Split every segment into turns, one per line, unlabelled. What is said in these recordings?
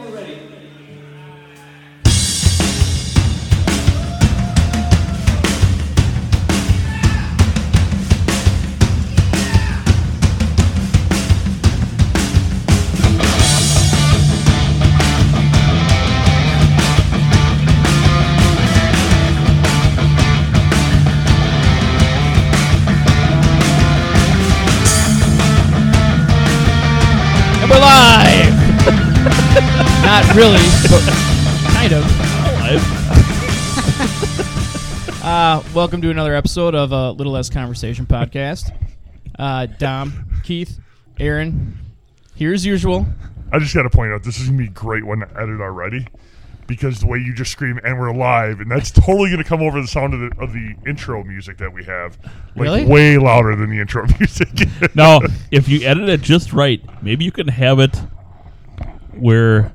we're ready.
And we're live! Not really, but kind of. Uh, welcome to another episode of uh, Little Less Conversation Podcast. Uh, Dom, Keith, Aaron, here as usual.
I just got to point out this is gonna be a great one to edit already, because the way you just scream "and we're live" and that's totally gonna come over the sound of the, of the intro music that we have, like
Really?
way louder than the intro music.
Now, if you edit it just right, maybe you can have it where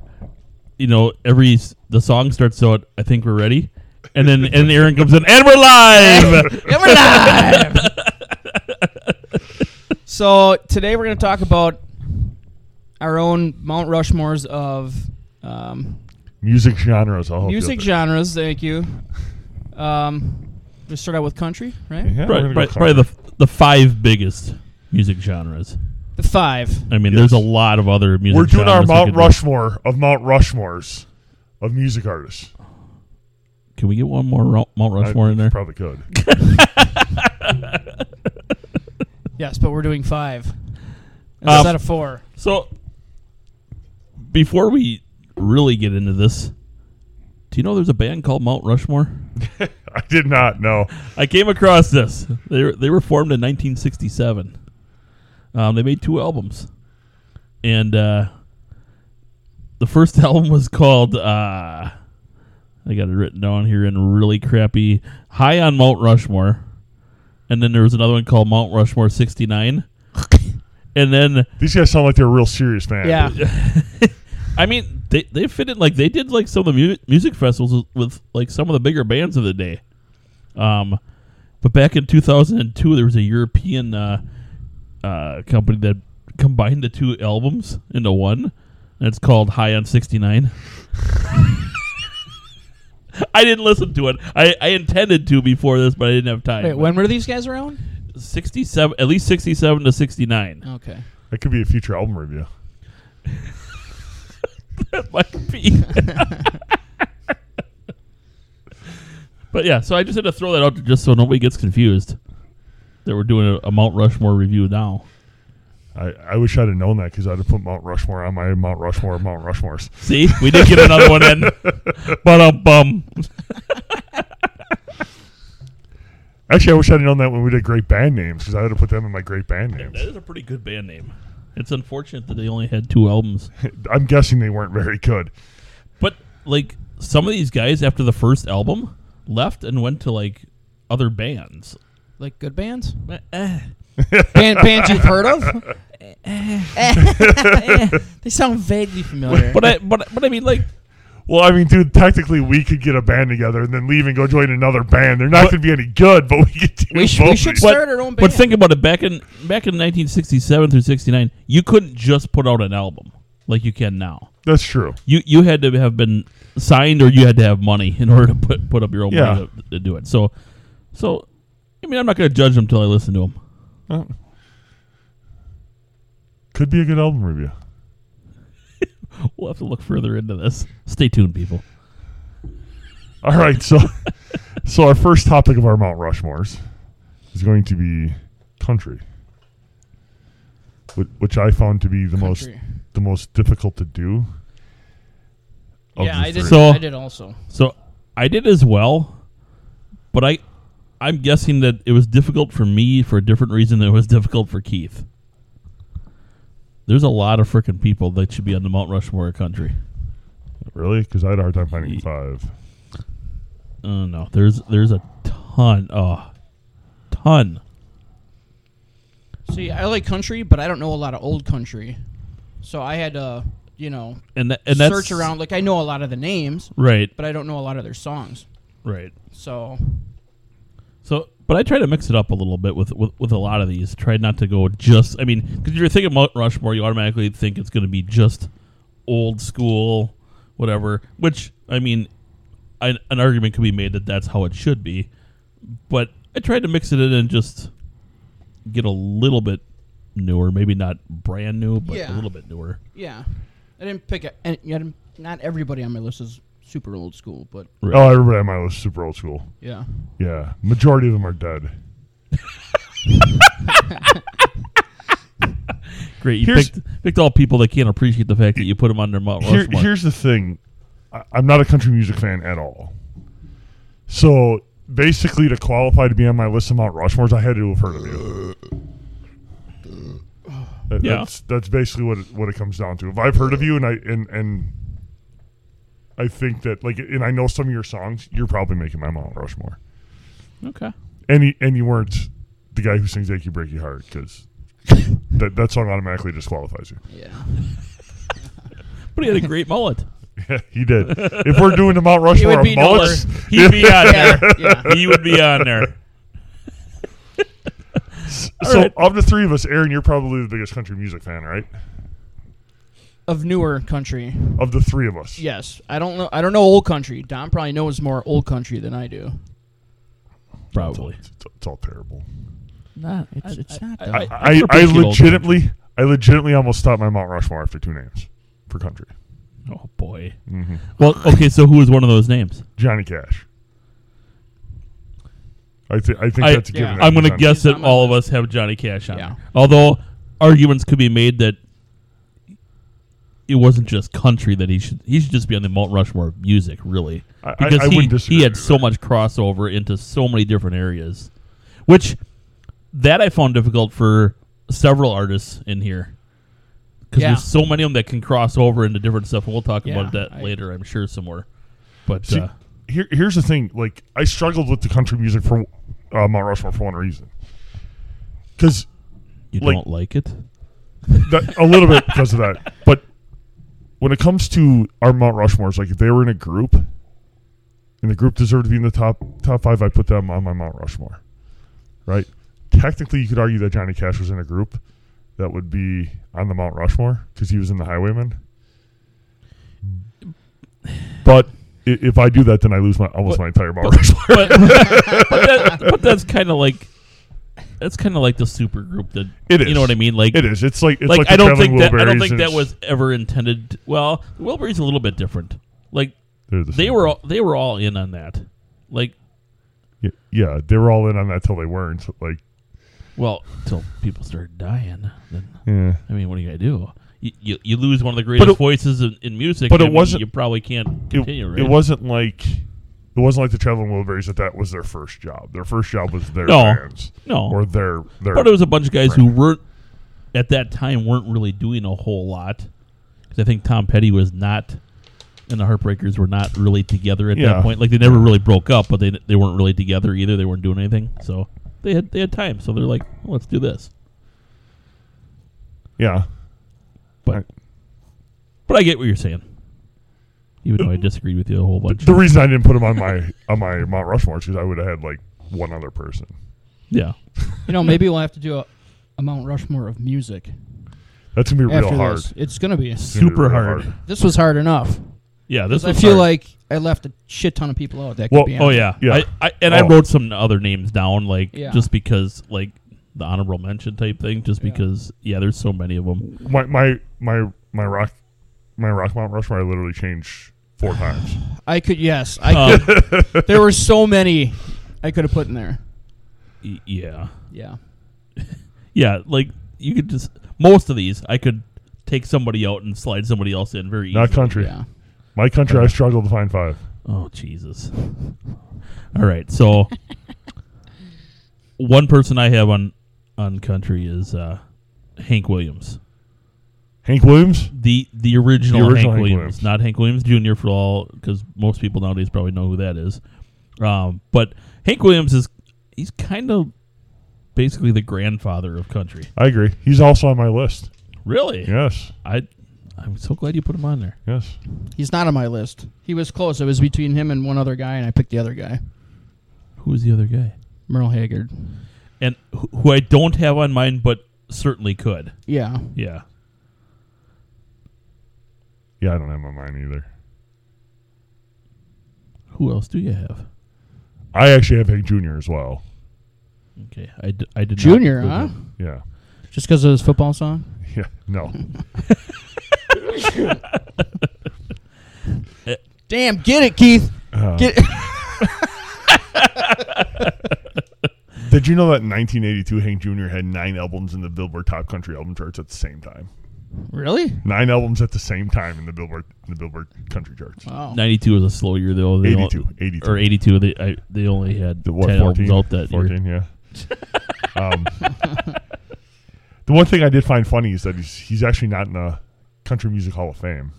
you know every s- the song starts out. I think we're ready, and then and Aaron comes in, and we're live.
And we're live! so today we're going to talk about our own Mount Rushmores of um,
music genres, all
music genres. Thank you. Um, we start out with country, right?
Yeah,
Right,
we're gonna go
right, probably the f- the five biggest music genres.
The five.
I mean,
Yes.
there's a lot of other music.
We're doing our
genres we
Mount
could-
Rushmore of Mount Rushmores of music artists.
Can we get one more Ru- Mount
I
Rushmore in there?
Probably could.
Yes, but we're doing five
Uh,
instead of four.
So, before we really get into this, do you know there's a band called Mount Rushmore?
I did not know.
I came across this. They were, they were formed in 1967. Um, they made two albums, and uh, the first album was called uh, I got it written down here in really crappy "High on Mount Rushmore," and then there was another one called Mount Rushmore '69, and then
These guys sound like they're a real serious band.
Yeah,
I mean they they fit in like they did like some of the mu- music festivals with, with like some of the bigger bands of the day. Um, but back in 2002, there was a European uh, uh, company that combined the two albums into one, and it's called High on 69. I didn't listen to it. I, I intended to before this, but I didn't have time.
Wait, when were these guys around?
67, at least 67 to 69.
Okay.
That could be a future album review.
That might be. but yeah, so I just had to throw that out there just so nobody gets confused that we're doing a, a Mount Rushmore review now.
I, I wish I'd have known that because I'd have put Mount Rushmore on my Mount Rushmore of Mount Rushmores.
See, we did get another one in. But um, bum.
Actually, I wish I'd have known that when we did great band names because I would have put them in my great band
That
names.
is a pretty good band name. It's unfortunate that they only had two albums,
I'm guessing they weren't very good.
but like some of these guys after the first album left and went to like other bands.
Like good bands?
Eh, eh.
Band, bands you've heard of? Eh, they sound vaguely familiar.
But I but but I mean like
Well, I mean, dude, technically we could get a band together and then leave and go join another band. They're not going to be any good, but we could do
we, sh-
both
we
of
should
these.
start our own band.
But think about it. Back in back in 1967 through 69, you couldn't just put out an album like you can now.
That's true.
You you had to have been signed or you had to have money in order to put put up your own
Yeah.
money to, to do it. So, so I mean, I'm not going to judge them until I listen to them.
Could be a good album review.
We'll have to look further into this. Stay tuned, people.
All right, so so our first topic of our Mount Rushmores is going to be country, whi- which I found to be the most
Country.
the most difficult to do. of
yeah,
the
I did.
three.
So-
I did also.
So I did as well, But I, I'm guessing that it was difficult for me for a different reason than it was difficult for Keith. There's a lot of freaking people that should be on the Mount Rushmore of country.
Really? Because I had a hard time finding five.
Oh no, there's there's a ton, oh, ton.
See, I like country, but I don't know a lot of old country, so I had to, you know,
And that, and that's
search around. Like I know a lot of the names,
Right,
but I don't know a lot of their songs.
right.
So
So, but I try to mix it up a little bit with with, with a lot of these. Try not to go just. I mean, because if you're thinking Mount Rushmore, you automatically think it's going to be just old school, whatever. Which I mean, I, an argument could be made that that's how it should be. But I tried to mix it in and just get a little bit newer. Maybe not brand new, but
Yeah.
a little bit newer.
yeah, I didn't pick it. And yeah, I didn't- not everybody on my list is super old school, but
Right.
Oh, everybody on my list is super old school.
yeah,
Yeah, majority of them are dead.
Great. You
Here's-
picked, picked all people that can't appreciate the fact that you put them on their Mount
Here,
Rushmore.
here's the thing I, I'm not a country music fan at all. So basically, to qualify to be on my list of Mount Rushmores, I had to have heard of you. That-
Yeah.
That's that's basically what it, what it comes down to. If I've heard of you and I and and I think that like and I know some of your songs, you're probably making my Mount Rushmore.
okay.
And you, and you weren't the guy who sings "Achy Breaky Heart" because that that song automatically disqualifies you.
yeah.
But he had a great mullet.
Yeah, he did. If we're doing the Mount
would
Rushmore of
be no
mullets,
He'd be on
Yeah,
there.
yeah.
He would be on there.
so
right.
of the three of us, Aaron, you're probably the biggest country music fan, right?
Of newer country,
Of the three of us,
yes. I don't know. I don't know old country. Don probably knows more old country than I do.
Probably.
it's, it's all terrible.
Not. It's, it's not. though.
I,
I, I legitimately, I legitimately almost stopped my Mount Rushmore after two names for country.
Oh boy.
Mm-hmm.
Well, okay. So who is one of those names?
Johnny Cash. I, th- I think
I,
that's a given. that
am
he's
going to
on-
guess
He's
that
on my
all of us have Johnny Cash on.
Yeah.
There. Although arguments could be made that it wasn't just country that he should he should just be on the Mount Rushmore of music, really,
I- I-
because
I
he
wouldn't disagree
he had
with
so
that.
much crossover into so many different areas, which that I found difficult for several artists in here. Because
Yeah.
there's so many of them that can cross over into different stuff. We'll talk about
Yeah,
that
I-
later, I'm sure, some more. But
See,
uh,
here, here's the thing. Like, I struggled with the country music for uh, Mount Rushmore for one reason, because
you
like-
don't like it?
that, a little bit because of that. But when it comes to our Mount Rushmores, like if they were in a group, and the group deserved to be in the top top five, I put them on my Mount Rushmore. Right? Technically, you could argue that Johnny Cash was in a group that would be on the Mount Rushmore because he was in the Highwaymen. But i- if I do that, then I lose my almost my entire Mount Rushmore.
but, but, that, but that's kind of like that's kind of like the super group that
It
you know
is.
what I mean like
It is. It's like it's
like,
like,
I
the
don't
Traveling
think that I don't
Wilburys
think
and
that
it's-
was ever intended well Wilburys a little bit different like
they're the
they
same.
were all they were all in on that like
Y- yeah they were all in on that till they weren't like
well till people started dying then
yeah
I mean what do you gotta do you, you, you lose one of the greatest
it-
voices in, in music
but
I
it
mean,
wasn't-
you probably can't
it,
continue right
it wasn't like it wasn't like the traveling Wilburys that that was their first job. Their first job was their
No.
fans,
No.
or their their.
But it was a bunch of guys who weren't at that time weren't really doing a whole lot. 'Cause I think Tom Petty was not, and the Heartbreakers were not really together at
Yeah.
that point. Like they never really broke up, but they they weren't really together either. They weren't doing anything, so they had they had time. So they're like, well, let's do this.
yeah,
But
Right.
but I get what you're saying. Even though I disagreed with you a whole bunch.
the reason I didn't put them on my on my Mount Rushmore is because I would have had like one other person.
yeah.
you know, maybe we'll have to do a, a Mount Rushmore of music
That's gonna be real
after
hard.
this. It's gonna be.
It's gonna be
Super
real
hard.
This was hard enough.
Yeah, this
I
was
feel
hard.
like I left a shit ton of people out. That
Well,
could be. on
Oh
it.
yeah,
Yeah.
I, I and I
Oh.
wrote some other names down, like
Yeah.
just because, like the honorable mention type thing, just
Yeah.
because. Yeah, there's so many of them.
My my my my rock my rock Mount Rushmore. I literally changed four times.
I could. Yes, I.
Um,
Could, there were so many I could have put in there.
yeah,
Yeah.
yeah, like you could just most of these I could take somebody out and slide somebody else in very easily.
Not country.
Yeah.
My country. I struggled to find five.
Oh Jesus! All right, so one person I have on on country is uh, Hank Williams,
Hank Williams.
the the original,
original
Hank,
Hank
Williams.
Williams.
not Hank Williams Jr. for all because most people nowadays probably know who that is. Um, but Hank Williams is he's kind of basically the grandfather of country.
I agree. He's also on my list.
Really?
Yes.
I I'm so glad you put him on there.
Yes.
He's not on my list. He was close. It was between him and one other guy, and I picked the other guy,
Who is the other guy?
Merle Haggard.
And who, who I don't have on mine, but certainly could.
Yeah,
Yeah.
Yeah, I don't have my mind either.
Who else do you have?
I actually have Hank Jr. as well.
Okay, I, d- I did not
Junior,
include
huh?
him.
Yeah.
Just because of his football song.
Yeah. No.
Damn, get it, Keith.
Uh,
Get it.
did you know that in 1982 Hank Jr. had nine albums in the Billboard Top Country album charts at the same time?
really?
Nine albums at the same time in the Billboard in the Billboard Country charts.
Wow.
Ninety-two was a slow year though. They
82,
only-
82.
or eighty-two. They I, they only had
the what,
ten
14,
albums out that
14,
year.
yeah. um, the one thing I did find funny is that he's he's actually not in the Country Music Hall of Fame.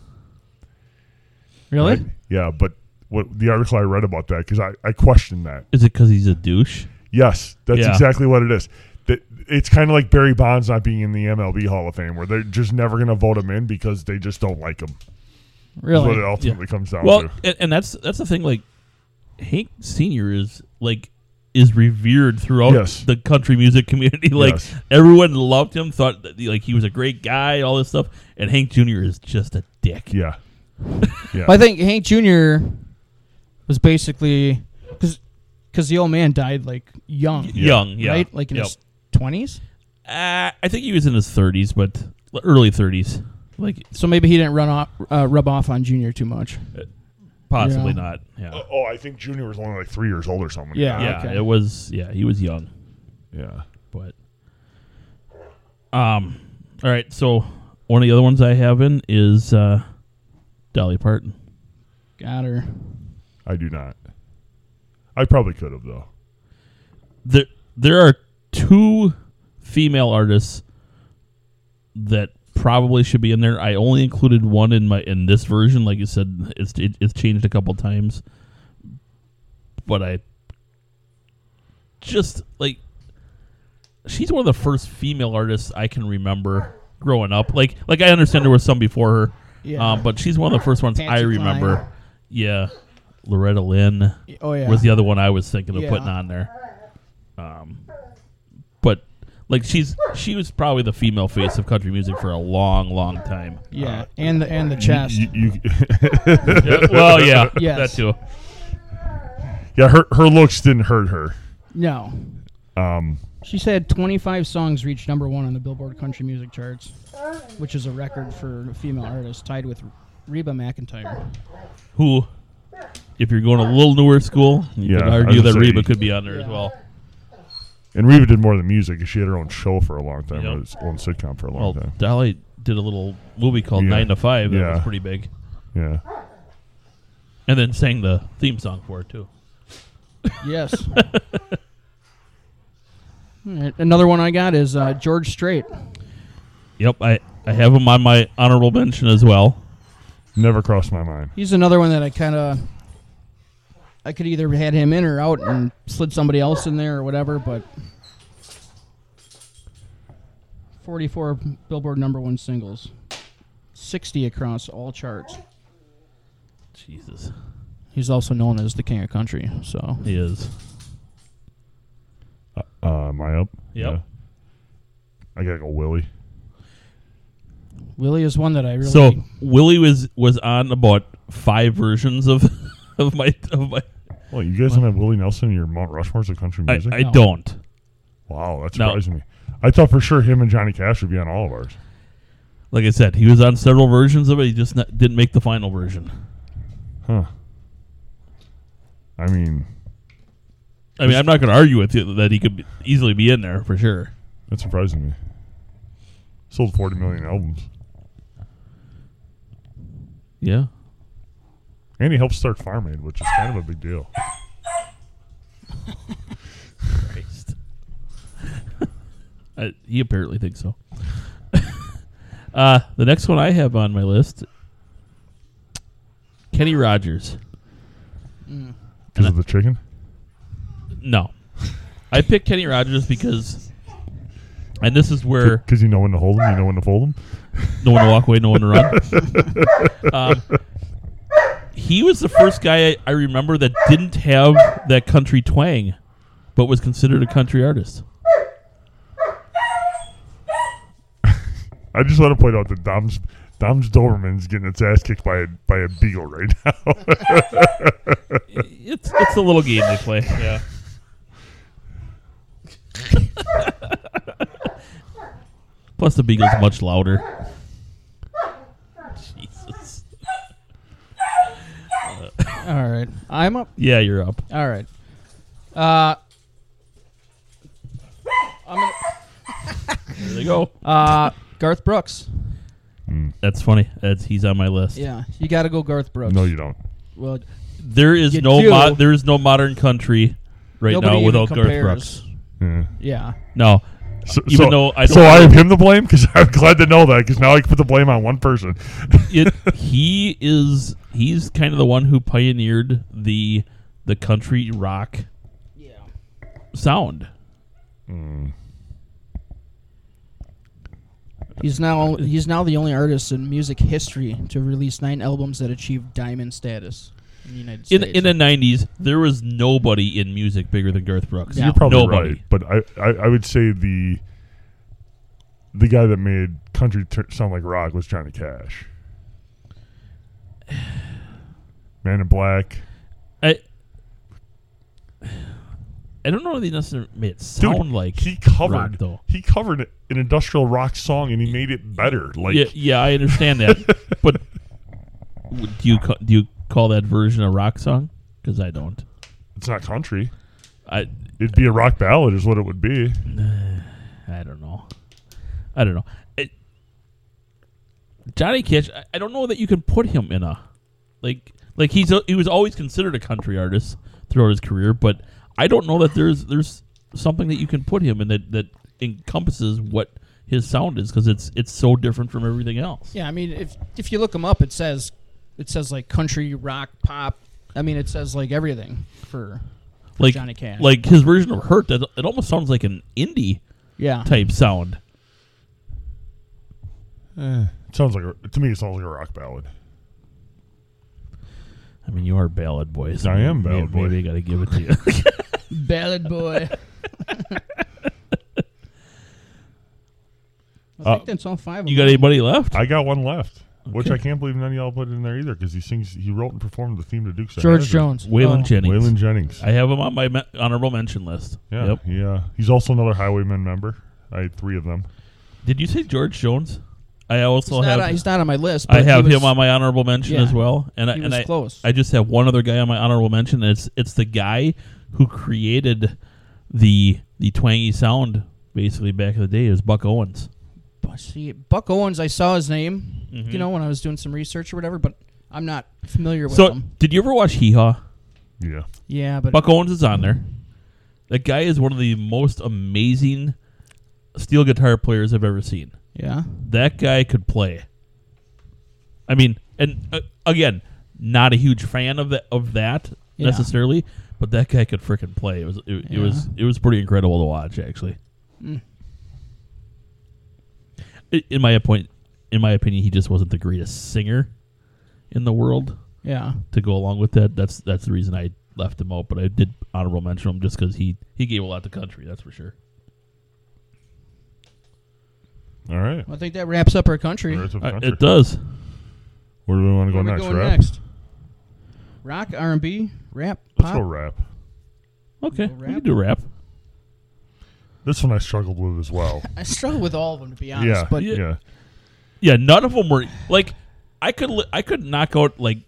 Really?
right? Yeah, but what the article I read about that because I I questioned that.
Is it because he's a douche?
Yes, that's
Yeah.
exactly what it is. That it's kind of like Barry Bonds not being in the MLB Hall of Fame, where they're just never going to vote him in because they just don't like him. Is what it
Really?
ultimately comes down
well,
to.
and, and that's that's the thing. Like Hank Senior is like is revered throughout
Yes.
the country music community. Like
Yes.
everyone loved him, thought that, like he was a great guy, all this stuff. And Hank Junior is just a dick.
Yeah, yeah,
Well, I think Hank Junior was basically because the old man died like young,
Young, yeah,
right? Like in
Yep.
his twenties.
Uh, I think he was in his 30s, but early 30s. Like
So maybe he didn't run off, uh, rub off on Junior too much.
possibly
Yeah.
not. Yeah.
oh, I think Junior was only like three years old or something.
Yeah.
Yeah,
okay.
it was yeah, he was young,
yeah.
but um all right, so one of the other ones I have in is uh Dolly Parton.
Got her.
I do not. I probably could have though.
There there are two female artists that probably should be in there. I only included one in my in this version like you said it's it, it's changed a couple times. But I just like she's one of the first female artists I can remember growing up. Like like I understand there was some before her,
Yeah.
um, but she's one of the first ones I
Patsy
remember.
Cline.
Yeah, Loretta Lynn
Oh yeah.
was the other one I was thinking of
Yeah.
putting on there. Um, but like she's she was probably the female face of country music for a long, long time.
yeah, and the and the chest.
uh, You, you,
Yeah, Uh, well, yeah,
Yes.
that too.
yeah, her her looks didn't hurt her.
no.
Um,
She said 25 songs reached number one on the Billboard Country Music Charts, which is a record for a female artist, tied with Reba McIntyre.
Who, if you're going a little newer school, you
Yeah,
could
I was
argue
gonna
that
say-
Reba could be on there as
Yeah.
well.
and Reba did more than music 'cause she had her own show for a long time,
Yep.
her own sitcom for a long
Well,
time.
Dolly did a little movie called
Yeah.
Nine to Five that
Yeah.
was pretty big,
Yeah,
and then sang the theme song for it too.
Yes. All right, Another one I got is uh, George Strait.
Yep, I I have him on my honorable mention as well.
never crossed my mind.
He's another one that I kind of. I could either had him in or out and slid somebody else in there or whatever, but. 44 Billboard number one singles, 60 across all charts.
Jesus,
He's also known as the King of Country, so.
he is.
Uh, am I up?
Yep.
I gotta go, Willie.
Willie is one that I really.
So Willie was was on about five versions of of my of my.
Well, you guys don't have Willie Nelson in your Mount Rushmores of country
I,
music.
I don't.
wow, that
No.
surprised me. I thought for sure him and Johnny Cash would be on all of ours.
Like I said, he was on several versions of it. He just not, didn't make the final version.
Huh. I mean,
I mean, I'm not going to argue with you that he could be, easily be in there for sure.
that's surprising me. Sold forty million albums.
Yeah,
And he helped start Farm Aid, which is kind of a big deal.
Christ. I, he apparently thinks so. uh, the next one I have on my list Kenny Rogers.
Because of the chicken?
No. I picked Kenny Rogers because, and this is where
Because you know when to hold him, you know when to fold him.
no one to walk away, no one to run. um, he was the first guy I, I remember that didn't have that country twang, but was considered a country artist.
I just want to point out that Dom's Dom's Doberman's getting its ass kicked by a by a beagle right now.
It's it's a little game they play. Yeah. Plus the beagle's much louder. Jesus.
All right. I'm up.
Yeah, you're up.
All right. Uh,
There they go.
uh, Garth Brooks.
That's funny. That's he's on my list.
Yeah, you got to go Garth Brooks.
no, you don't.
Well,
There is
You
no
do.
mo- there is no modern country right
Nobody
now
even
without
compares.
Garth Brooks.
Yeah.
yeah.
No.
So,
Even
so-
though I don't-
so I have him to blame because I'm glad to know that because now I can put the blame on one person.
It, he is he's kind of the one who pioneered the the country rock
Yeah.
sound.
He's now he's now the only artist in music history to release nine albums that achieved diamond status in the United
in
States.
in the nineties, there was nobody in music bigger than Garth Brooks.
Yeah.
You're probably
Nobody.
right, but I, I, I would say the the guy that made country tur sound like rock was Johnny Cash. Man in Black,
I I don't know if they necessarily made it
dude.
sound like
he covered
rock, though.
he covered an industrial rock song and he made it better. Like
Yeah, yeah, I understand that, but do you ca- do you call that version a rock song? Because I don't.
it's not country.
I
It'd be a rock ballad, is what it would be.
I don't know. I don't know. It, Johnny Cash. I, I don't know that you can put him in a like like he's a, he was always considered a country artist throughout his career, but I don't know that there's there's something that you can put him in that that encompasses what his sound is because it's it's so different from everything else.
yeah, I mean, if if you look him up, it says it says like country, rock, pop. I mean, it says like everything for
like
Johnny Cash.
like his version of Hurt. That it almost sounds like an indie
yeah.
type sound.
It sounds like a, to me, it sounds like a rock ballad.
I mean, you are ballad boys.
I am ballad
maybe,
boy.
Maybe I got to give it to you.
Ballad boy. I think that's all five. Of
you
them.
got anybody left?
I got one left, which I can't believe none of y'all put in there either because he sings, he wrote and performed the theme to Duke's. of
George
Hazzard.
Jones,
Waylon
Oh.
Jennings.
Waylon Jennings.
I have him on my me- honorable mention list.
Yeah,
Yep.
yeah. He's also another Highwaymen member. I had three of them.
Did you say George Jones? I also
He's not,
have.
on, he's not on my list. But
I have
he was,
him on my honorable mention
Yeah.
as well, and I
He
and
was
I,
close.
I just have one other guy on my honorable mention. And it's it's the guy who created the the twangy sound basically back in the day. It was Buck Owens.
But See, Buck Owens, I saw his name, you know, when I was doing some research or whatever, but I'm not familiar with
So
him.
did you ever watch Hee Haw?
Yeah.
Yeah, but
Buck Owens is on there. That guy is one of the most amazing steel guitar players I've ever seen.
yeah,
that guy could play. I mean, and uh, again, not a huge fan of that of that
Yeah.
necessarily, but that guy could freaking play. It was it, it was it was pretty incredible to watch actually. I- In my point, in my opinion, he just wasn't the greatest singer in the world.
yeah,
To go along with that, that's that's the reason I left him out. But I did honorable mention him just because he he gave a lot to country. That's for sure.
All right.
Well, I think that wraps up our country.
Rest of
Uh,
country.
it does.
Where do we want to go
Where are we
next?
going
Rap.
next? Rock, R and B, rap,
Let's
pop.
go rap.
Okay,
We'll
we
wrap.
can do rap.
This one I struggled with as well.
I struggle with all of them to be honest,
yeah.
but
yeah.
Yeah, none of them were like I could li- I could knock out like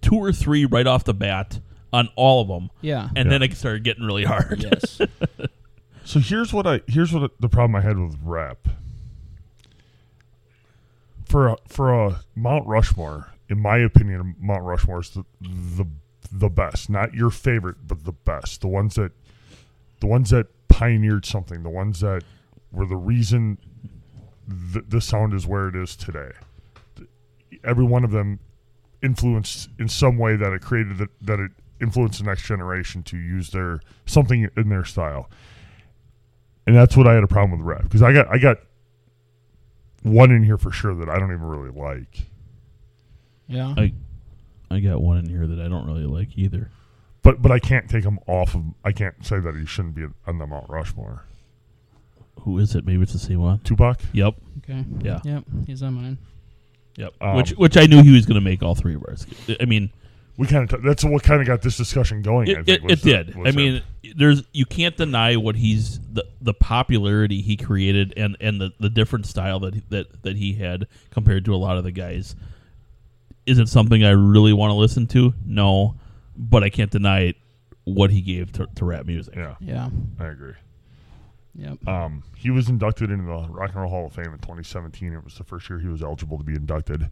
two or three right off the bat on all of them,
yeah,
and
Yeah.
then it started getting really hard.
yes,
So here's what I here's what the problem I had with rap. For a, for a Mount Rushmore, in my opinion, Mount Rushmore is the, the the best. Not your favorite, but the best. The ones that the ones that pioneered something. The ones that were the reason th- the sound is where it is today. Every one of them influenced in some way that it created the, that it influenced the next generation to use their something in their style. And that's what I had a problem with rap because I got I got one in here for sure that I don't even really like.
Yeah.
I I got one in here that I don't really like either.
But but I can't take him off of. I can't say that he shouldn't be on the Mount Rushmore.
Who is it? Maybe it's the same one.
Tupac.
Yep.
Okay.
Yeah.
Yep. He's on mine.
Yep.
Um,
which which I knew he was going to make all three of ours. I mean,
We kind of t- that's what kind of got this discussion going. I
it,
think,
it,
was
it
the-
did.
was
I
the-
mean, there's you can't deny what he's the, the popularity he created and and the, the different style that he- that that he had compared to a lot of the guys. Is it something I really want to listen to? No, but I can't deny what he gave to, to rap music.
yeah,
Yeah.
I agree.
Yep.
Um, he was inducted into the Rock and Roll Hall of Fame in 2017. It was the first year he was eligible to be inducted.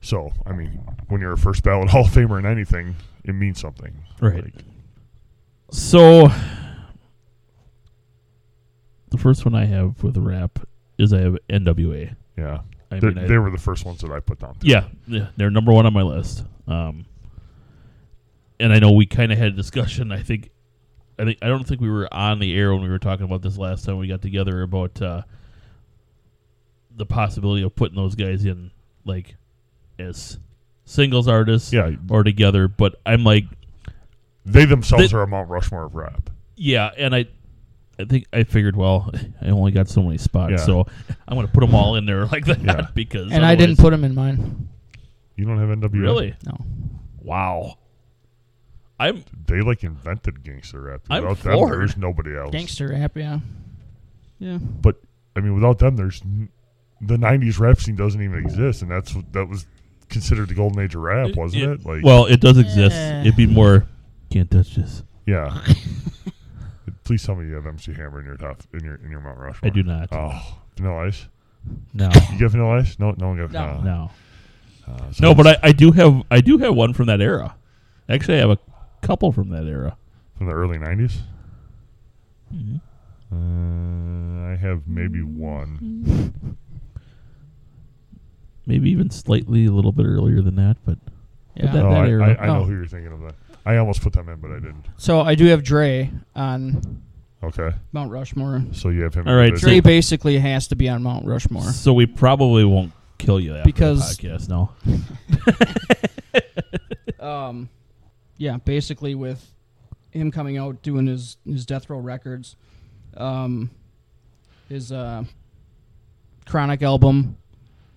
So, I mean, when you're a first ballot Hall of Famer in anything, it means something.
Right.
Like,
So the first one I have with rap is I have NWA.
yeah.
I
They-
mean, I-
they were the first ones that I put down. too.
Yeah, yeah, they're number one on my list. Um, and I know we kind of had a discussion. I think, I think I don't think we were on the air when we were talking about this last time we got together about uh, the possibility of putting those guys in like as singles artists,
Yeah.
or together. But I'm like,
They themselves
They-
are a Mount Rushmore of rap.
yeah, and I. I think I figured. Well, I only got so many spots,
Yeah.
so I'm going to put them all in there like that
Yeah.
because.
And I didn't
otherwise-
put him in mine.
You don't have NWA.
really.
No.
Wow, I'm
They like invented gangster rap.
I'm
Without them,
floored.
there's nobody else.
Gangster rap. Yeah. Yeah.
But I mean, without them, there's n- the '90s rap scene doesn't even exist, and that's what that was considered the golden age of rap,
It-
wasn't
it-
it? Like,
Well, it does exist.
Eh.
It'd be more. Can't touch this.
yeah. Please tell me you have MC Hammer in your top in your in your Mount Rushmore.
I do not.
Oh, Vanilla Ice.
No,
You got Vanilla Ice? No, no one got
No.
Vanilla.
no,
Uh, so
no. But I, I do have I do have one from that era. Actually, I have a couple from that era.
from the early '90s,
Mhm.
uh, I have maybe one.
Maybe even slightly a little bit earlier than that. But
Yeah.
that-
No,
that
I,
era.
I, I know
Oh.
who you're thinking of. Then I almost put them in, but I didn't.
so I do have Dre on
Okay,
Mount Rushmore.
so you have him.
All right,
as-
Dre basically has to be on Mount Rushmore.
so we probably won't kill you after
Because-
the podcast. No.
um, yeah, basically with him coming out doing his his death row records, um, his uh, chronic album,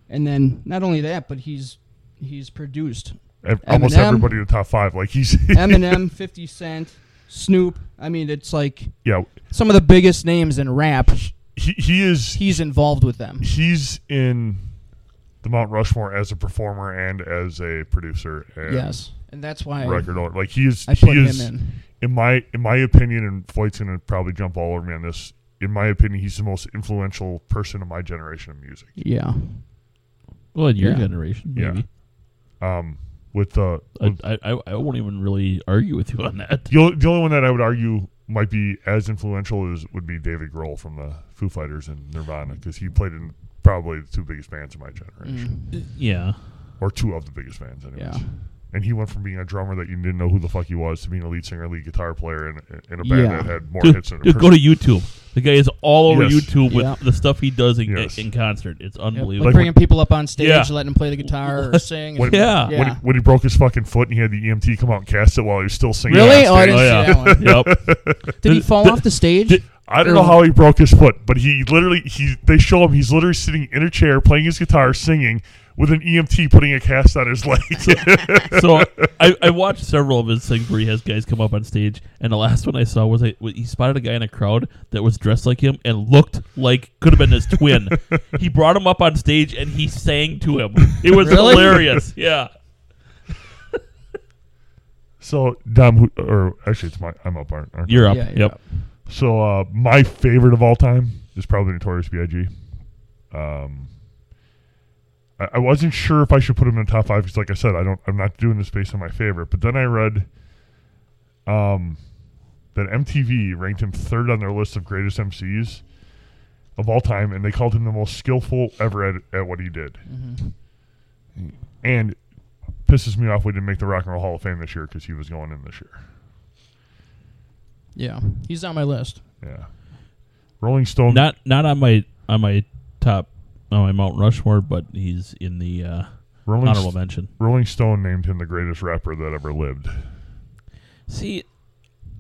and then not only that, but he's he's produced
Ev- almost
Eminem.
everybody in the top five. Like he's
Eminem, Fifty Cent, Snoop. I mean, it's like
yeah.
some of the biggest names in rap.
He he is
He's involved with them.
he's in the Mount Rushmore as a performer and as a producer. And
Yes, and that's why
Record owner. Like he is
I
he
put him
is
in.
in my in my opinion, and Floyd's gonna probably jump all over me on this. In my opinion, he's the most influential person in my generation of music.
Yeah,
Well, in your
Yeah.
generation,
Yeah.
maybe.
Um, with the with-
I, I I won't even really argue with you on that.
the, only, the only one that I would argue might be as influential is would be David Grohl from the Foo Fighters and Nirvana because he played in probably the two biggest bands in my generation,
Mm,
Yeah.
or two of the biggest bands, anyways.
yeah,
and he went from being a drummer that you didn't know who the fuck he was to being a lead singer, lead guitar player in, in a band
Yeah.
that had more
Dude,
hits than a
dude,
person.
go to YouTube. The guy is all over
Yes.
YouTube with
Yeah.
the stuff he does in,
Yes.
in concert. It's
Yep,
unbelievable.
like, bringing people up on stage,
Yeah.
letting them play the guitar or sing.
When-
yeah.
Yeah.
when, he, when he broke his fucking foot and he had the EMT come out and cast it while he was still singing.
Really?
on
Oh, I
stage.
didn't see that one.
yep.
Did he
Th-
fall
th-
off the stage?
th-
I don't know how he broke his foot, but he literally he they show him he's literally sitting in a chair playing his guitar, singing with an EMT putting a cast on his leg.
so I, I watched several of his things where he has guys come up on stage, and the last one I saw was I, he spotted a guy in a crowd that was dressed like him and looked like could have been his twin. he brought him up on stage and he sang to him. It was
Really?
hilarious. Yeah,
so Dom, who, or actually it's my I'm up, aren't, aren't I?
you're up.
Yeah, you're
yep.
up.
So uh, my favorite of all time is probably Notorious B.I.G. Um, I, I wasn't sure if I should put him in the top five because, like I said, I don't. I'm not doing this based on my favorite. But then I read, um, that MTV ranked him third on their list of greatest MCs of all time, and they called him the most skillful ever at, at what he did. And pisses me off we didn't make the Rock and Roll Hall of Fame this year because he was going in this year.
Yeah, he's on my list.
Yeah. Rolling Stone.
Not not on my on my top on my Mount Rushmore, but he's in the uh,
Rolling,
honorable
S-
mention.
Rolling Stone named him the greatest rapper that ever lived.
See,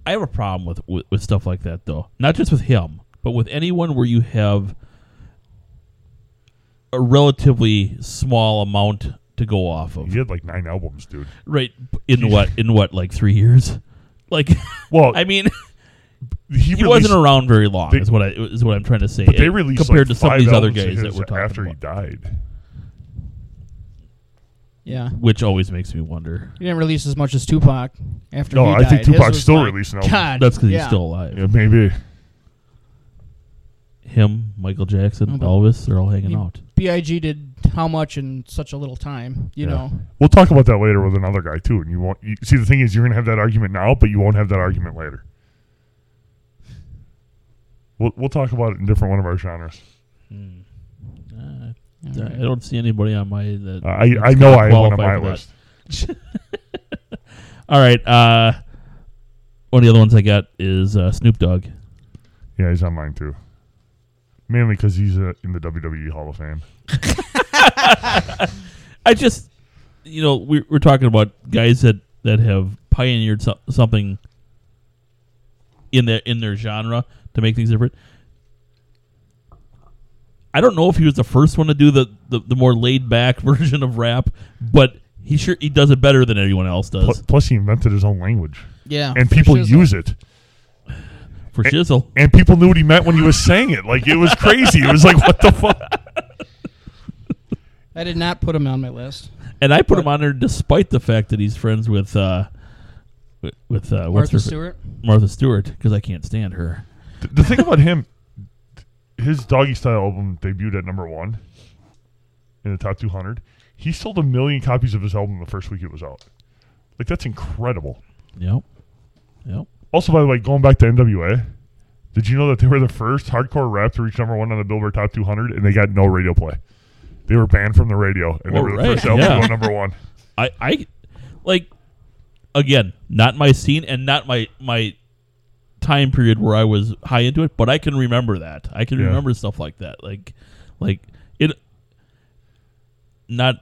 I have a problem with, with with stuff like that though. Not just with him, but with anyone where you have a relatively small amount to go off of.
He had like nine albums, dude.
Right in what in what like 3 years? Like
Well,
I mean,
he,
he
released-
wasn't around very long.
they-
is what I is what I'm trying to say.
But they
and
released
compared
like
to some of
five
these other
albums of
guys that
his
we're talking
after
about,
he died.
Yeah,
which always makes me wonder.
he didn't release as much as Tupac after.
No,
he
I think
died. His
Tupac's
was
still
like,
releasing albums.
God,
That's because
yeah.
he's still alive.
Yeah, maybe.
Him, Michael Jackson,
No, but-
Elvis, they're all hanging
He-
out.
Big did how much in such a little time? You
Yeah.
know,
We'll talk about that later with another guy too. And you won't you, see the thing is you're gonna have that argument now, but you won't have that argument later. We'll we'll talk about it in different one of our genres.
Hmm.
Uh,
Ah, All right.
I don't see anybody on my. That
Uh, I I
that's
know
gonna
I have one on my
qualify for that.
list.
All right. Uh, one of the other ones I got is uh, Snoop Dogg.
Yeah, he's on mine too. Mainly because he's uh, in the WWE Hall of Fame.
I just, you know, we, we're talking about guys that that have pioneered so- something in their in their genre to make things different. I don't know if he was the first one to do the the, the more laid back version of rap, but he sure he does it better than anyone else does.
Pl- plus, he invented his own language,
yeah,
and people
Shizzle.
use it,
For
eh,
shizzle,
and people knew what he meant when he was saying it. Like it was crazy. it was like what the fuck.
I did not put him on my list.
and I put him on there despite the fact that he's friends with uh, with- with uh, what's
Martha
her-
Stewart.
Martha Stewart because I can't stand her.
Th- the thing about him, his Doggy Style album debuted at number one in the top 200. He sold a million copies of his album the first week it was out. Like, that's incredible.
Yep, yep.
Also, by the way, going back to NWA, did you know that they were the first hardcore rap to reach number one on the Billboard Top 200 and they got no radio play? They were banned from the radio and they
Well,
were the
right,
first album
yeah.
to go number one.
I, I like again, not my scene and not my my time period where I was high into it, but I can remember that. I can
Yeah.
remember stuff like that. Like like it not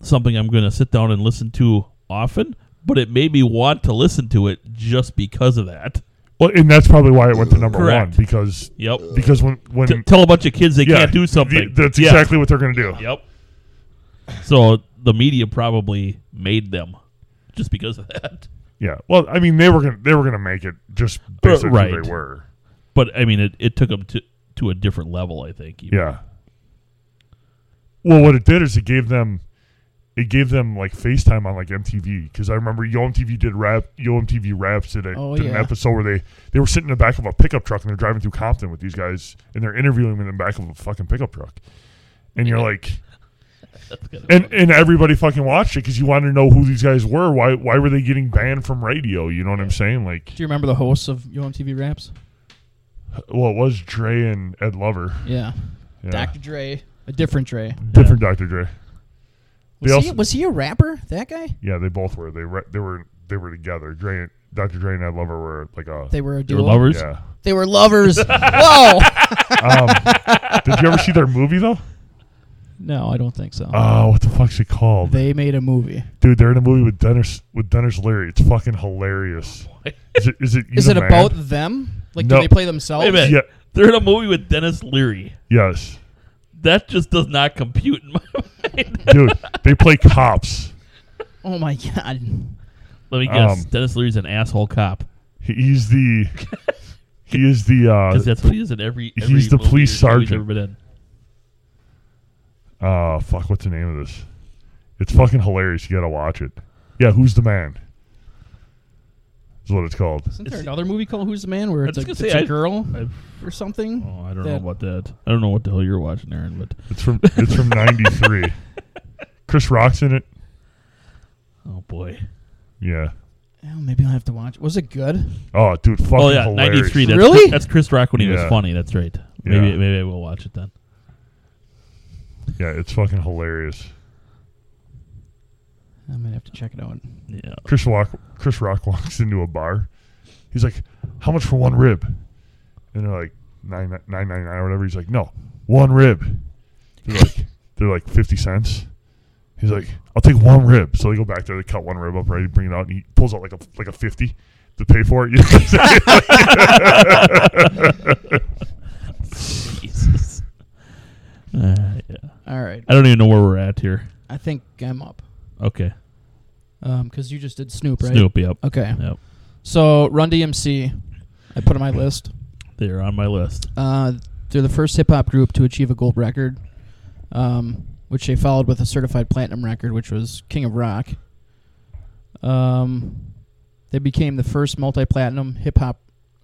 something I'm going to sit down and listen to often, but it made me want to listen to it just because of that.
Well, and that's probably why it went to number one
Correct.
because
Yep.
because when when
T- tell a bunch of kids they
Mm. yeah,
can't do
th-
something.
that's
Yeah.
exactly what they're gonna do.
Yep. So the media probably made them just because of that.
Yeah. Well, I mean, they were gonna they were gonna make it just based on who
right.
they were.
but I mean, it, it took them to to a different level. I think. even.
Yeah. Well, what it did is it gave them, it gave them like FaceTime on like MTV because I remember Yo MTV did rap. Yo MTV raps did, a,
Oh,
did an
yeah.
episode where they they were sitting in the back of a pickup truck and they're driving through Compton with these guys and they're interviewing them in the back of a fucking pickup truck, and you're like.
That's kinda
And,
funny.
and everybody fucking watched it because you wanted to know who these guys were. Why why were they getting banned from radio? You know what I'm saying? Like,
Do you remember the hosts of Yo MTV Raps?
well, it was Dre and Ed Lover,
Yeah.
Yeah.
Dr. Dre, a different Dre.
different Dr. Dre. They
Was, he,
also-
was he a rapper? That guy?
Yeah, they both were. They re- they were they were together. Dre, Dr. Dre and Ed Lover were like a
They were a
They were
duo.
lovers.
yeah.
They were lovers. Whoa!
Um, did you ever see their movie though?
No, I don't think so.
Oh, what the fuck's it called?
they made a movie.
Dude, they're in a movie with Dennis with Dennis Leary. It's fucking hilarious. Is it is it
Is
You're
it
the
about
Man?
them? Like,
No.
do they play themselves?
Wait a minute.
Yeah.
They're in a movie with Dennis Leary.
Yes.
That just does not compute in my mind.
Dude, they play cops.
Oh my god!
Let me guess.
Um,
Dennis Leary's an asshole cop
He- He's the he is the
because
uh
that's what he is in every.
he's
every
the
movie
police
or show he's
sergeant.
ever been in.
uh fuck what's the name of this? It's fucking hilarious. You gotta watch it. Yeah, who's the man? Is what it's called.
Isn't
It's-
there another movie called Who's the Man where
I
it's, a,
was
it's
gonna say,
a
I-
girl
I-
or something?
Oh, I don't know
That-
about that. I don't know what the hell you're watching, Aaron. But
It's from it's from '93. Chris Rock's in it.
Oh boy.
Yeah.
Well, maybe I'll have to watch. Was it good?
Oh, dude, fucking
Oh yeah,
hilarious.
ninety three. That's
Really?
That's Chris Rock when he was
Yeah.
funny. That's right. Maybe
Yeah.
maybe I will watch it then.
Yeah, it's fucking hilarious.
I might have to check it out.
Yeah.
Chris Rock, Chris Rock walks into a bar. He's like, "How much for one rib?" And they're like, nine nine nine nine or whatever." He's like, "No, one rib." They're like, "They're like fifty cents." He's like, "I'll take one rib." So they go back there, they cut one rib up, right? Bring it out, and he pulls out like a like a fifty to pay for it. You know what I'm saying?
Jesus. Uh, yeah.
All right.
I don't even know where we're at here.
I think I'm up.
Okay.
Um, because you just did Snoop, right?
Snoop. Yep.
Okay.
Yep.
So Run DMC, I put on my list.
They're on my list.
Uh, they're the first hip hop group to achieve a gold record, um, which they followed with a certified platinum record, which was King of Rock. Um, they became the first multi platinum hip hop,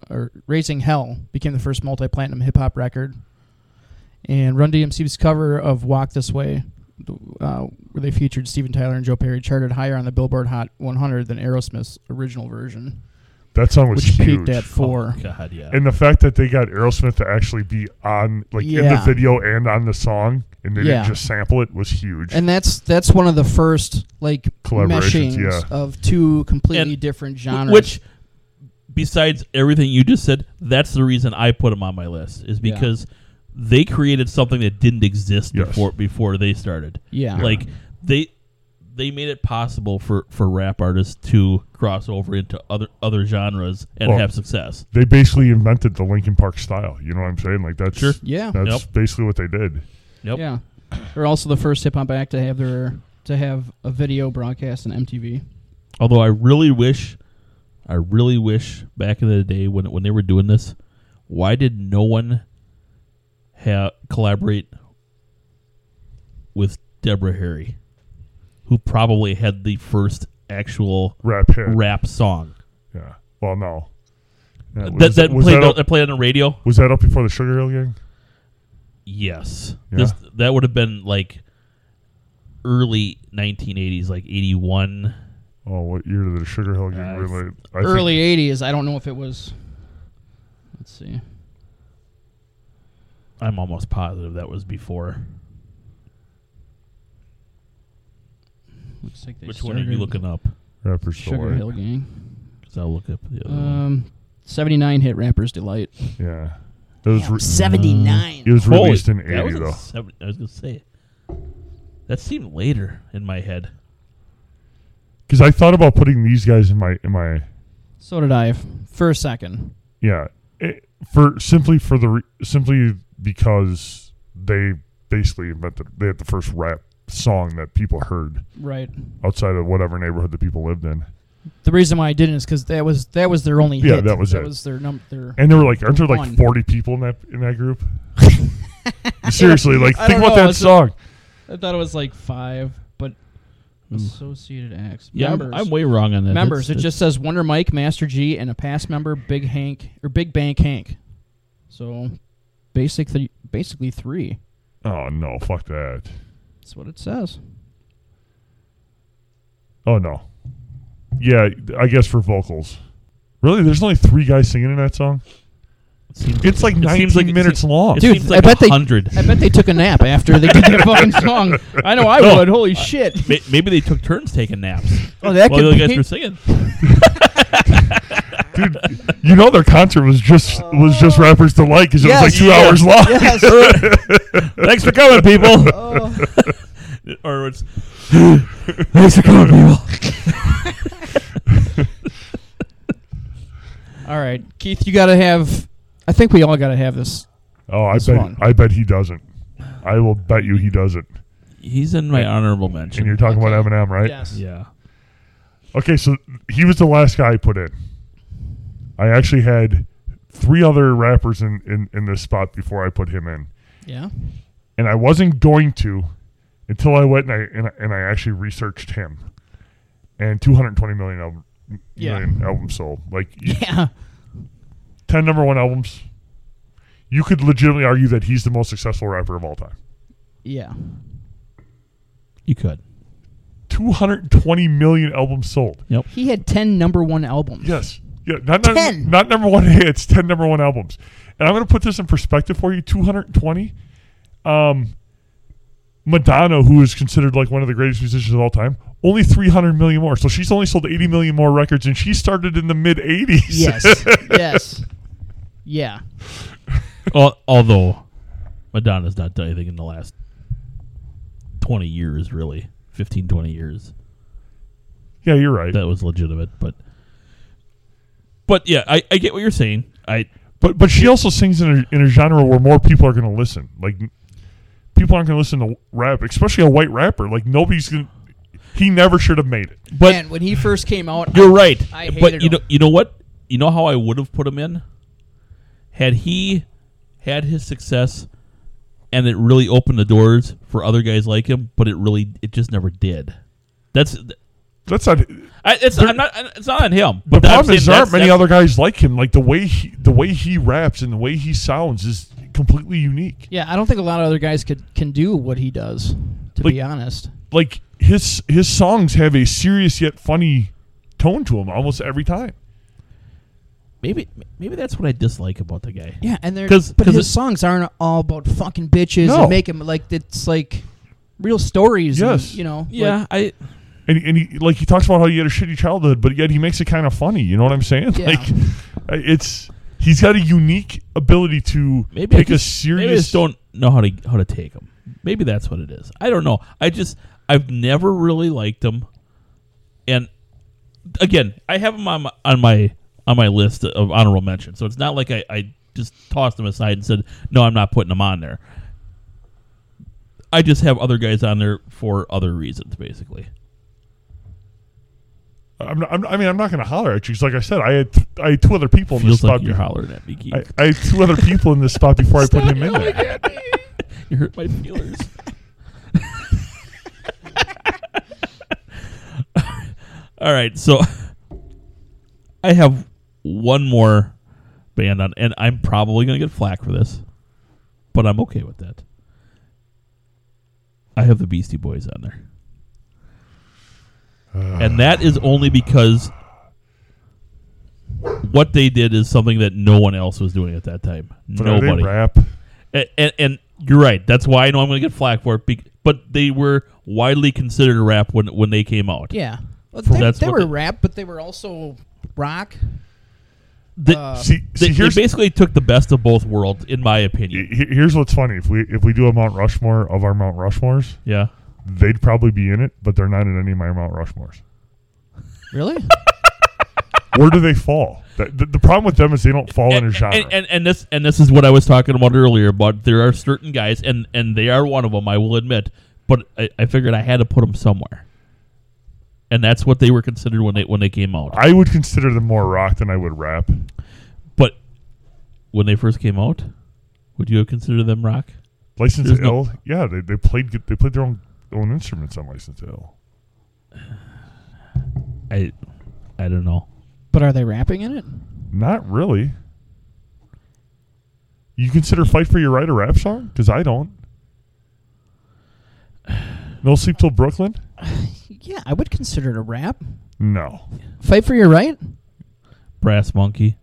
or Raising Hell became the first multi platinum hip hop record. And Run DMC's cover of Walk This Way, uh, where they featured Steven Tyler and Joe Perry, charted higher on the Billboard Hot 100 than Aerosmith's original version,
that song was
which
huge.
peaked at four.
Oh, God. Yeah.
And the fact that they got Aerosmith to actually be on, like, in the
Yeah.
video and on the song, and they
Yeah.
didn't just sample it, was huge.
and that's that's one of the first like
Collaborations,
meshings
yeah.
of two completely
And
different
Wh-
genres.
Which, besides everything you just said, that's the reason I put them on my list is
Yeah.
because they created something that didn't exist
Yes.
before before they started.
yeah,
Like they they made it possible for for rap artists to cross over into other other genres and
Well,
have success.
they basically invented the Linkin Park style. You know what I'm saying? Like that's
Sure.
yeah,
that's
Yep.
basically what they did.
Yep.
yeah. They're also the first hip hop act to have their to have a video broadcast on MTV.
Although I really wish, I really wish back in the day when when they were doing this, why did no one ha- collaborate with Deborah Harry, who probably had the first actual
Rap hit.
rap song
Yeah. Well, no. Yeah,
that, that,
was,
played,
that
on-
up,
that played on the radio?
was that up before the Sugar Hill Gang?
Yes,
Yeah.
this that would have been like early 1980s, like 81.
Oh, what year did the Sugar Hill Gang
Uh, it's
really? I
Early
Think,
'80s. I don't know if it was. Let's see.
I'm almost positive that was before.
Looks like they
Which one are you
started
looking up?
rappers still
Sugar
like-
Hill Gang.
'Cause I'll look up the other one.
Um, '79 hit "Rappers Delight."
Yeah. It was, re-
79.
it was
Holy-
released in
that was
'80
in
though.
70 I was gonna say that seemed later in my head.
Because I thought about putting these guys in my in my
so did I f- for a second.
yeah It- for simply for the re- simply because they basically invented they had the first rap song that people heard
Right.
outside of whatever neighborhood the people lived in.
The reason why I didn't is because that was that was their only
Yeah,
hit.
that was
that
it.
was their number. Their
And there were like, aren't there like
One.
forty people in that in that group? Seriously, like
I
think
don't
about
know,
that
it's a-
song.
I thought it was like five, but associated acts.
Yeah, I'm,
members.
I'm way wrong on that.
members.
That's-
it just says Wonder Mike, Master G, and a past member, Big Hank or Big Bank Hank. So, basically, basically three.
Oh no, fuck that.
That's what it says.
Oh no. Yeah, I guess for vocals. Really, there's only three guys singing in that song.
it seems-
It's like
it
19
seems like- it
minutes
seems-
long.
It
Dude,
seems
I
like
bet they-
100.
I bet they took a nap after they did that fucking song. I know I
No.
would. Holy shit!
May- Maybe they took turns taking naps
Oh, that
while the
could
other guys
be-
were singing.
Dude, you know their concert was just was just rappers delight because it was like
Yes. Oh.
two
Yeah.
hours long.
Thanks for coming, people. or it's thanks for coming, people.
All right, Keith, you gotta have. I think we all gotta have this.
Oh, I
This
bet
one.
I bet he doesn't. I will bet you he doesn't.
He's in my honorable
And
mention.
you're talking about Eminem, right?
Yeah,
Okay, so he was the last guy I put in. I actually had three other rappers in, in, in this spot before I put him in.
Yeah.
And I wasn't going to until I went and I and I, and I actually researched him. And 220 million album,
Yeah.
million albums sold. Like
Yeah.
10 number 1 albums. You could legitimately argue that he's the most successful rapper of all time.
Yeah.
you could.
220 million albums sold.
Yep.
He had ten number one albums.
Yes. Yeah, not, not,
10.
not number one hits, 10 number one albums. And I'm going to put this in perspective for you 220. Um, Madonna, who is considered like one of the greatest musicians of all time, only 300 million more. So she's only sold 80 million more records, and she started in the mid 80s.
Yes. yes. Yeah.
Al- Although Madonna's not done anything in the last 20 years, really. 15, 20 years.
yeah, you're right.
That was legitimate, but. But yeah, I, I get what you're saying. I
But but she also sings in a, in a genre where more people are going to listen. Like people aren't going to listen to rap, especially a white rapper. Like nobody's going. to... He never should have made it.
but
Man, when he first came out,
You're right.
I
but
hated
you know,
him.
you know what? You know how I would have put him in had he had his success, and it really opened the doors for other guys like him. But it really, it just never did. That's,
That's not.
I, it's I'm not, it's not on him.
The
But I'm
problem
saying
is there aren't
that's-
many
that's-
other guys like him. Like the way he the way he raps and the way he sounds is completely unique.
yeah, I don't think a lot of other guys could can do what he does. To
Like-
be honest,
Like his his songs have a serious yet funny tone to them almost every time.
Maybe, maybe that's what I dislike about the guy.
yeah, and they're
'Cause-
but
'cause
his
it-
songs aren't all about fucking bitches
No.
and make him like it's like real stories. and,
Yes.
you know.
Yeah, I.
And, and he like he talks about how he had a shitty childhood, but yet he makes it kind of funny. You know what I'm saying?
Yeah.
Like uh, it's he's got a unique ability to
Maybe I
take a
just,
serious.
Maybe I just don't know how to how to take them. Maybe that's what it is. I don't know. I just I've never really liked them, and again, I have them on my on my on my list of honorable mentions. So it's not like I, I just tossed them aside and said no, I'm not putting them on there. I just have other guys on there for other reasons, basically.
I'm, not- I'm, I mean, I'm not going to holler at you. 'cause Like I said, I had th- I had two other people in this
Feels
spot.
like you're
be-
hollering at me, Keith.
I, I had two other people in this spot before I put him in there.
you hurt my feelers. All right, so I have one more band on, and I'm probably going to get flack for this, but I'm okay with that. I have the Beastie Boys on there.
Uh.
and that is only because what they did is something that no one else was doing at that time.
But are
Nobody
They rap.
and, and, and you're right. That's why I know I'm going to get flack for it. Be- but they were widely considered a rap when when they came out.
Yeah. Well, they,
That's
they
what
were
the-
rap, but they were also rock.
They,
Uh,
See,
they,
see
they
here's
basically took the best of both worlds, in my opinion.
he- here's what's funny. If we if we do a Mount Rushmore of our Mount Rushmores,
Yeah.
they'd probably be in it, but they're not in any of my Mount Rushmores.
Really?
Where do they fall? The, the, the problem with them is they don't fall in a
And,
genre.
and, and, and this and this is what I was talking about earlier. About there are certain guys, and and they are one of them. I will admit, but I, I figured I had to put them somewhere, and that's what they were considered when they when they came out.
I would consider them more rock than I would rap.
But when they first came out, would you have considered them rock?
License
There's
to
no-
Ill, yeah, they, they played they played their own own instruments on License to Ill.
I I don't know.
But are they rapping in it?
Not really. You consider "Fight for Your Right" a rap song? Because I don't. No sleep till Brooklyn.
Yeah, I would consider it a rap.
No.
Fight for your right.
Brass Monkey.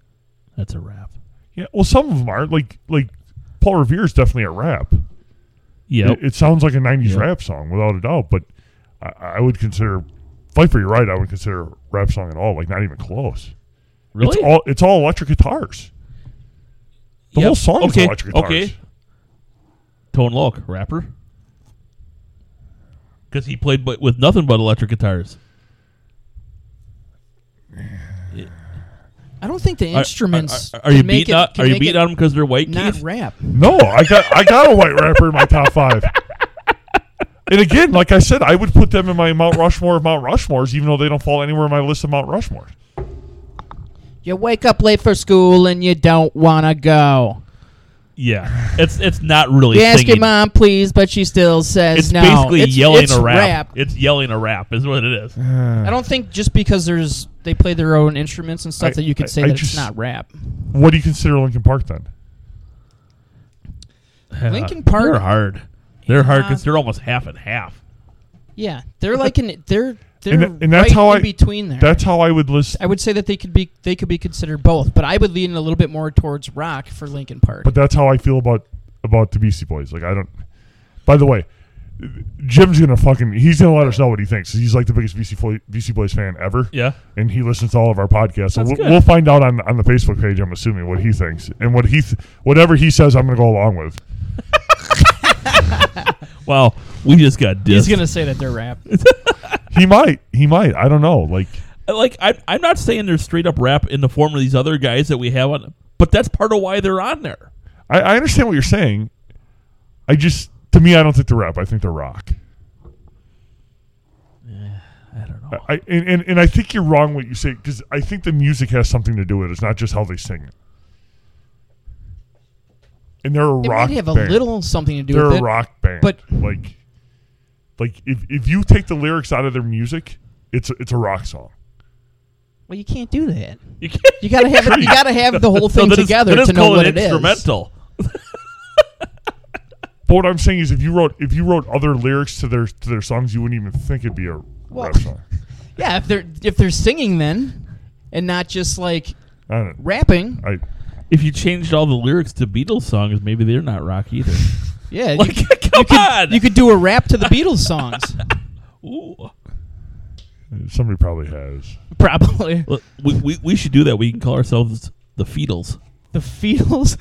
That's a wrap.
Yeah. Well, some of them are like like Paul Revere is definitely a rap.
Yeah.
It, it sounds like a '90s
Yep.
rap song without a doubt. But I, I would consider "Fight for Your Right." I would consider a rap song at all. Like not even close.
really?
It's all it's all electric guitars. The
Yep.
whole song
okay.
is electric guitars.
Okay. Tone Loc, rapper. Because he played but with nothing but electric guitars.
I don't think the
Are-
instruments.
Are, are, are you
can make
beating
it,
on,
can
Are you
make
beating
it
on them because they're white?
Not
Keith?
rap.
No, I got I got a white rapper in my top five. And again, like I said, I would put them in my Mount Rushmore of Mount Rushmores, even though they don't fall anywhere in my list of Mount Rushmores.
You wake up late for school and you don't wanna go.
yeah. It's it's not really.
You ask your
singing.
mom, please, but she still says
It's
no.
basically
It's-
yelling
it's
a rap. It's yelling a rap is what it is.
I don't think just because there's they play their own instruments and stuff
I-
that you
I-
could say
I
that
just-
it's not rap.
What do you consider Lincoln Park then?
Linkin Park-
They're hard. They're hard
Yeah.
because they're almost half and half.
Yeah, they're like in they're they're
and that's
right
how
in
I-
between there.
That's how I would list.
I would say that they could be they could be considered both, but I would lean a little bit more towards rock for Linkin Park.
But that's how I feel about about the Beastie Boys. Like I don't. By the way, Jim's gonna fucking. He's gonna let us know what he thinks. He's like the biggest Beastie Boy, Beastie Boys fan ever.
Yeah.
and he listens to all of our podcasts. So
That's
we'll,
good.
we'll find out on on the Facebook page. I'm assuming what he thinks and what he th- whatever he says, I'm gonna go along with.
Wow, we just got dissed.
He's gonna say that they're rap.
He might. He might. I don't know. Like
like I, I'm not saying they're straight up rap in the form of these other guys that we have on, but that's part of why they're on there.
I, I understand what you're saying. I just to me, I don't think they're rap. I think they're rock.
I don't know.
I and, and, and I think you're wrong what you say because I think the music has something to do with it. It's not just how they sing it. And they're a
It
rock.
might have a
band.
little something to do
They're
with
a
it.
rock band.
but-
like, like if, if you take the lyrics out of their music, it's a, it's a rock song.
Well, you can't do that.
You can't
You gotta have you gotta have the whole thing
that is-
together
that is
to know
called
what
an
it is.
instrumental.
But what I'm saying is, if you wrote if you wrote other lyrics to their to their songs, you wouldn't even think it'd be a
Well-
rap song.
Yeah, if they're if they're singing then, and not just like
I don't. know.
rapping.
I
If you changed all the lyrics to Beatles songs, maybe they're not rock either.
Yeah, you-
like, come on.
you could do a rap to the Beatles songs.
Ooh.
somebody probably has.
Probably.
Look, we, we, we should do that. We can call ourselves the Feetles.
The Beatles.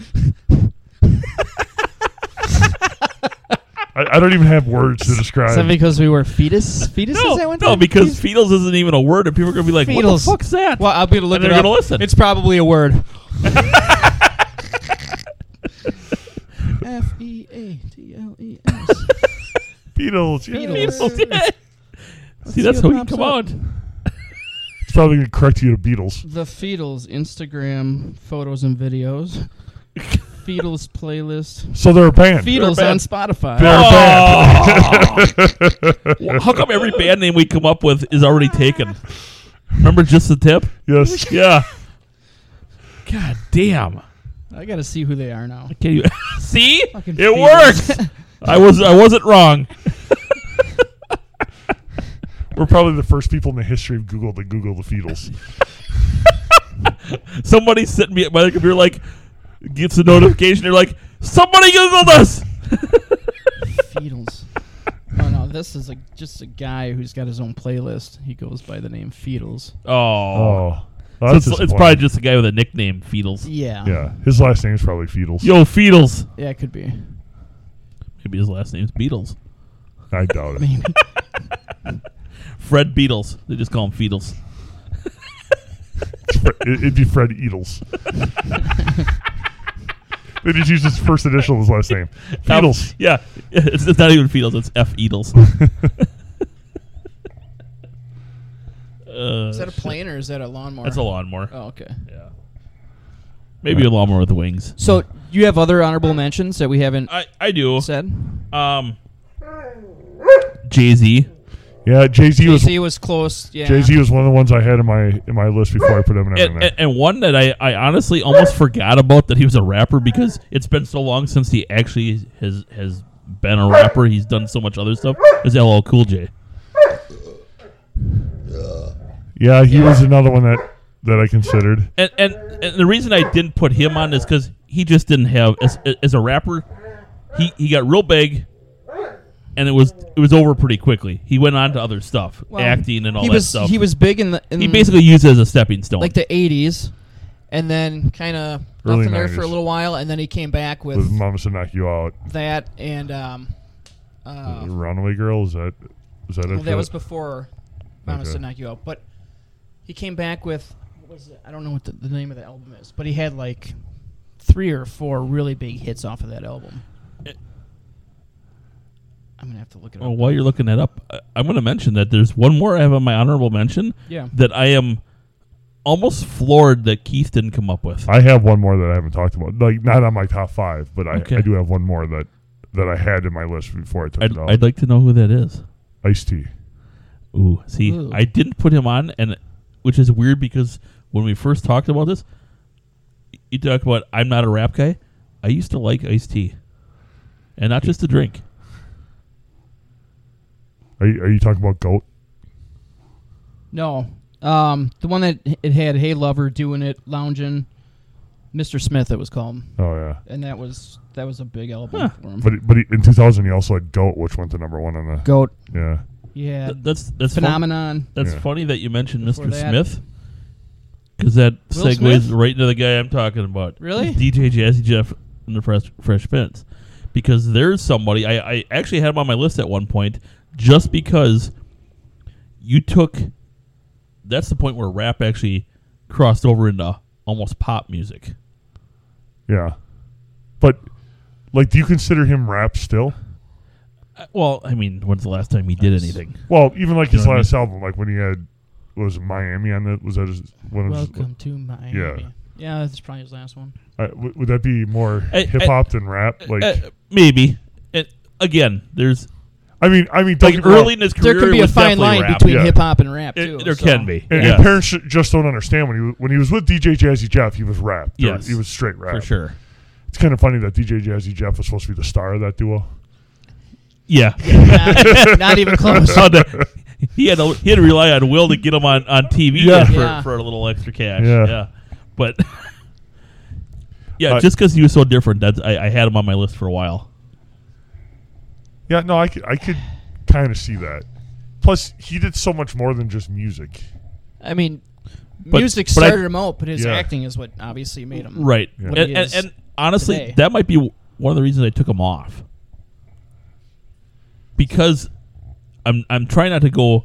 I, I don't even have words to
Is that
describe.
because we were fetus? Fetus
No,
is that one
no,
time?
because Feetles isn't even a word, and people are going to be like, what the
Feetles.
fuck's that?
Well, I'll be to look
And
it
they're
up.
gonna listen.
It's probably a word. F E A T L E S.
Beatles. yeah.
Beatles.
See, that's
see
how
what
you come
pops
on.
It's probably gonna correct you to Beatles.
The Feetles Instagram photos and videos. Feetles playlist.
So they're a band.
Feetles
bad.
on Spotify.
They're a band.
How come every band name we come up with is already taken? Remember just the tip?
Yes.
Yeah. God damn.
I gotta see who they are now.
Can you see?
Fucking
it
Feetles.
works. I was I wasn't wrong.
We're probably the first people in the history of Google to Google the Beatles.
Somebody sent me at my computer like gets a notification. They're like, somebody Googled us.
Feetles. Oh no, this is a, just a guy who's got his own playlist. He goes by the name Feetles.
Oh,
Oh,
So
that's
it's, it's
disappointing.
probably just a guy with a nickname, Feetles.
Yeah.
yeah. His last name's probably Beatles.
Yo, Feetles.
Yeah, it could be.
Maybe his last name's Beatles.
I doubt it.
Maybe.
Fred Beatles. They just call him Feetles.
It's Fre- it- It'd be Fred Eatles. they just use his first initial as last name.
Um,
Beatles.
yeah, it's, it's not even Feetles. It's F Eatles. uh,
Is that a plane or is that a lawnmower?
That's a lawnmower.
Oh, okay.
Yeah. Maybe a lawnmower with wings.
So you have other honorable mentions that we haven't
I, I do.
said?
Um, Jay Z.
Yeah, Jay Z was
Jay-Z was close. Yeah.
Jay Z was one of the ones I had in my in my list before I put Eminem in
And,
there.
and, and one that I, I honestly almost forgot about that he was a rapper because it's been so long since he actually has has been a rapper. He's done so much other stuff. Is LL Cool J.
yeah, he was another one that that I considered.
and, and and the reason I didn't put him on is because he just didn't have as, as a rapper. He he got real big, and it was it was over pretty quickly. He went on to other stuff, acting and all
he
that
was,
stuff.
He was big in the in
He basically used it as a stepping stone.
like the '80s, and then kind of
Early
nothing there for a
90s.
little while, and then he came back with,
With Mama Said Knock You Out,
that and um,
Oh.
uh,
Runaway Girl. Is that is that it?
Well,
for
that was before Mama
Okay.
said knock you out. But he came back with what was it? I don't know what the, the name of the album is, but he had like three or four really big hits off of that album. I'm gonna have to look it up.
Oh.
Well, while you're looking that up, I, I'm going to mention that there's one more I have on my honorable mention.
Yeah.
That I am almost floored that Keith didn't come up with.
I have one more that I haven't talked about. Like not on my top five, but I,
Okay.
I do have one more that that I had in my list before I took
I'd,
it out.
I'd like to know who that is.
Ice tea.
Ooh, see,
Ooh.
I didn't put him on, and which is weird because when we first talked about this, you talk about I'm not a rap guy. I used to like iced tea, and not just to drink.
Are you, are you talking about Goat?
No, um, the one that it had Hey Lover doing it, lounging, Mr. Smith it was called,
Oh yeah.
and that was that was a big album for him.
But he- but he, in 2000 he also had Goat, which went to number one on the
Goat,
yeah.
yeah,
Th- that's that's fun-
phenomenon.
That's
Yeah.
funny that you mentioned
Before
Mr.
that-
Smith. Because that
Will
segues
Smith?
right into the guy I'm talking about.
Really?
DJ Jazzy Jeff and the Fresh, Fresh Prince. Because there's somebody, I, I actually had him on my list at one point just because you took. That's the point where rap actually crossed over into almost pop music.
Yeah. But like do you consider him rap still?
Uh, Well, I mean, when's the last time he did anything?
Well, even like
You
his
know what I
last album, like when he had what was it, Miami on that was that his one of his
Welcome to Miami.
Yeah.
yeah, that's probably his last one.
I- w- would that be more
I- I-
hip hop than rap? Like
Uh, maybe. And again, there's.
I mean I mean don't
Like
get me wrong,
early in his career,
There could
it
be a
was
fine
definitely
line
rap.
between
Yeah.
hip hop and rap
It-
too.
there
so.
can be.
And,
yes,
and parents ju- just don't understand when he w- when he was with DJ Jazzy Jeff, he was rap. There-
Yes.
he was straight rap.
for sure.
It's kind of funny that DJ Jazzy Jeff was supposed to be the star of that duo.
Yeah.
Not, not even close.
on the- he had to, he had to rely on Will to get him on, on TV
Yeah.
for,
Yeah.
for a little extra cash.
Yeah.
Yeah, but yeah,
Uh,
just because he was so different, that's, I, I had him on my list for a while.
Yeah, no, I could I could kind of see that. Plus, he did so much more than just music.
I mean,
But-
music
but I-
started him out, but his
Yeah.
acting is what obviously made him.
Right,
Yeah.
and,
What
he
and,
is
and honestly,
today.
that might be one of the reasons I took him off because I'm I'm trying not to go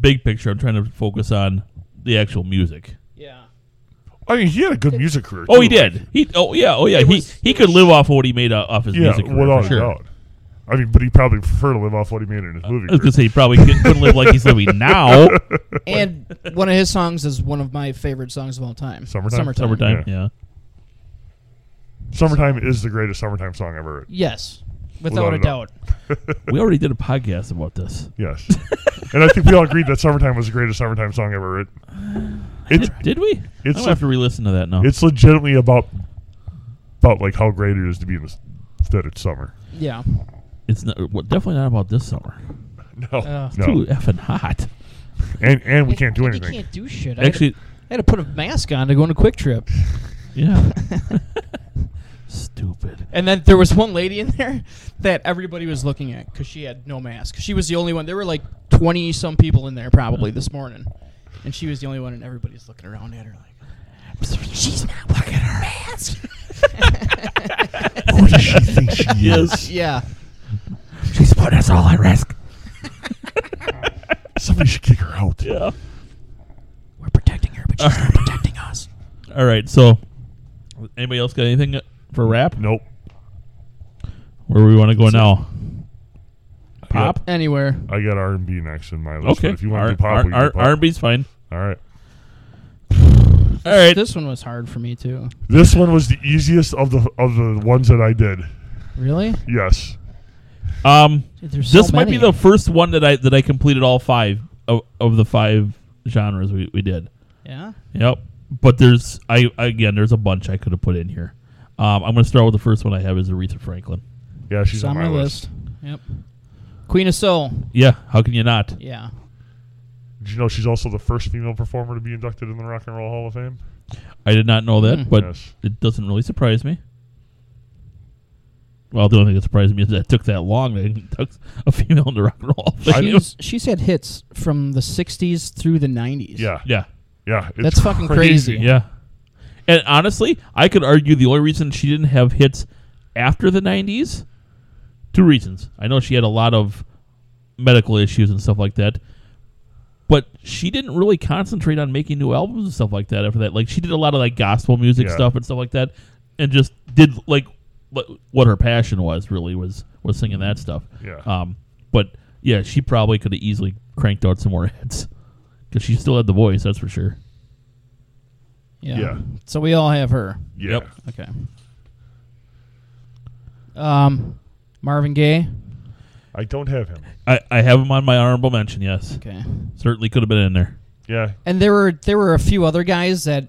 big picture. I'm trying to focus on the actual music.
Yeah.
I mean, he had a good music career.
Oh, he
too.
did. He oh yeah oh yeah he
was-
he could live off of what he made uh, off his
Yeah,
music. career, for
without a
sure. Uh,
doubt. I mean, but he probably preferred to live off what he made in his movie.
I
career.
was gonna say he probably couldn't, couldn't live like he's living now.
And one of his songs is one of my favorite songs of all time.
Summertime?
Summertime.
Summertime,
Yeah.
yeah.
"Summertime" is the greatest summertime song I've ever heard.
Yes, without, a doubt.
We already did a podcast about this.
Yes, and I think we all agreed that "Summertime" was the greatest summertime song ever written. It's
Did we?
It's a-
I'm gonna have to re-listen to that now.
it's legitimately about about like how great it is to be in the s- that it's summer.
Yeah.
It's not, well, definitely not about this summer.
No,
Uh,
no,
Too effing hot.
and and we can't do
And
anything.
You can't do shit. I
Actually,
had to, I had to put a mask on to go on a quick trip.
yeah. Stupid.
And then there was one lady in there that everybody was looking at because she had no mask. She was the only one. There were like 20 some people in there probably this morning. And she was the only one, and everybody's looking around at her like, she's not wearing her mask.
Oh,
Who does she think she is?
yeah.
She's putting us all at risk.
Somebody should kick her out.
Yeah.
We're protecting her, but she's not protecting us.
All right. So, anybody else got anything for rap?
Nope.
Where we want to go now? Pop.
Anywhere.
I got R and B next in my list.
Okay.
But if you want
R-
to do pop,
R-
we can do
R-
pop.
R&B's fine.
All right.
All right.
This one was hard for me, too.
This one was the easiest of the of the ones that I did.
Really?
Yes.
Um,
There's so
this might be
many.
the first one that I that I completed all five of, of the five genres we, we did.
Yeah.
Yep. But there's I again there's a bunch I could have put in here. Um, I'm gonna start with the first one I have is Aretha Franklin.
Yeah, she's
It's on my
list.
list. Yep. Queen of Soul.
Yeah, how can you not?
Yeah.
Did you know she's also the first female performer to be inducted in the Rock and Roll Hall of Fame?
I did not know that,
Hmm.
but
Yes.
it doesn't really surprise me. Well, the only thing that surprised me is that it took that long to induct a female into rock and roll.
I-
She's, she's had hits from the 60s through the 90s.
Yeah.
yeah,
Yeah. It's
That's fucking crazy.
yeah. And honestly, I could argue the only reason she didn't have hits after the '90s, two reasons. I know she had a lot of medical issues and stuff like that, but she didn't really concentrate on making new albums and stuff like that after that. Like she did a lot of like gospel music
Yeah.
stuff and stuff like that, and just did like what, what her passion was really was was singing that stuff.
Yeah.
Um. But yeah, she probably could have easily cranked out some more hits because she still had the voice. That's for sure.
Yeah.
Yeah.
So we all have her.
Yeah.
Yep.
Okay. Um, Marvin Gaye.
I don't have him.
I, I have him on my honorable mention. Yes,
Okay.
certainly could have been in there.
Yeah.
And there were there were a few other guys that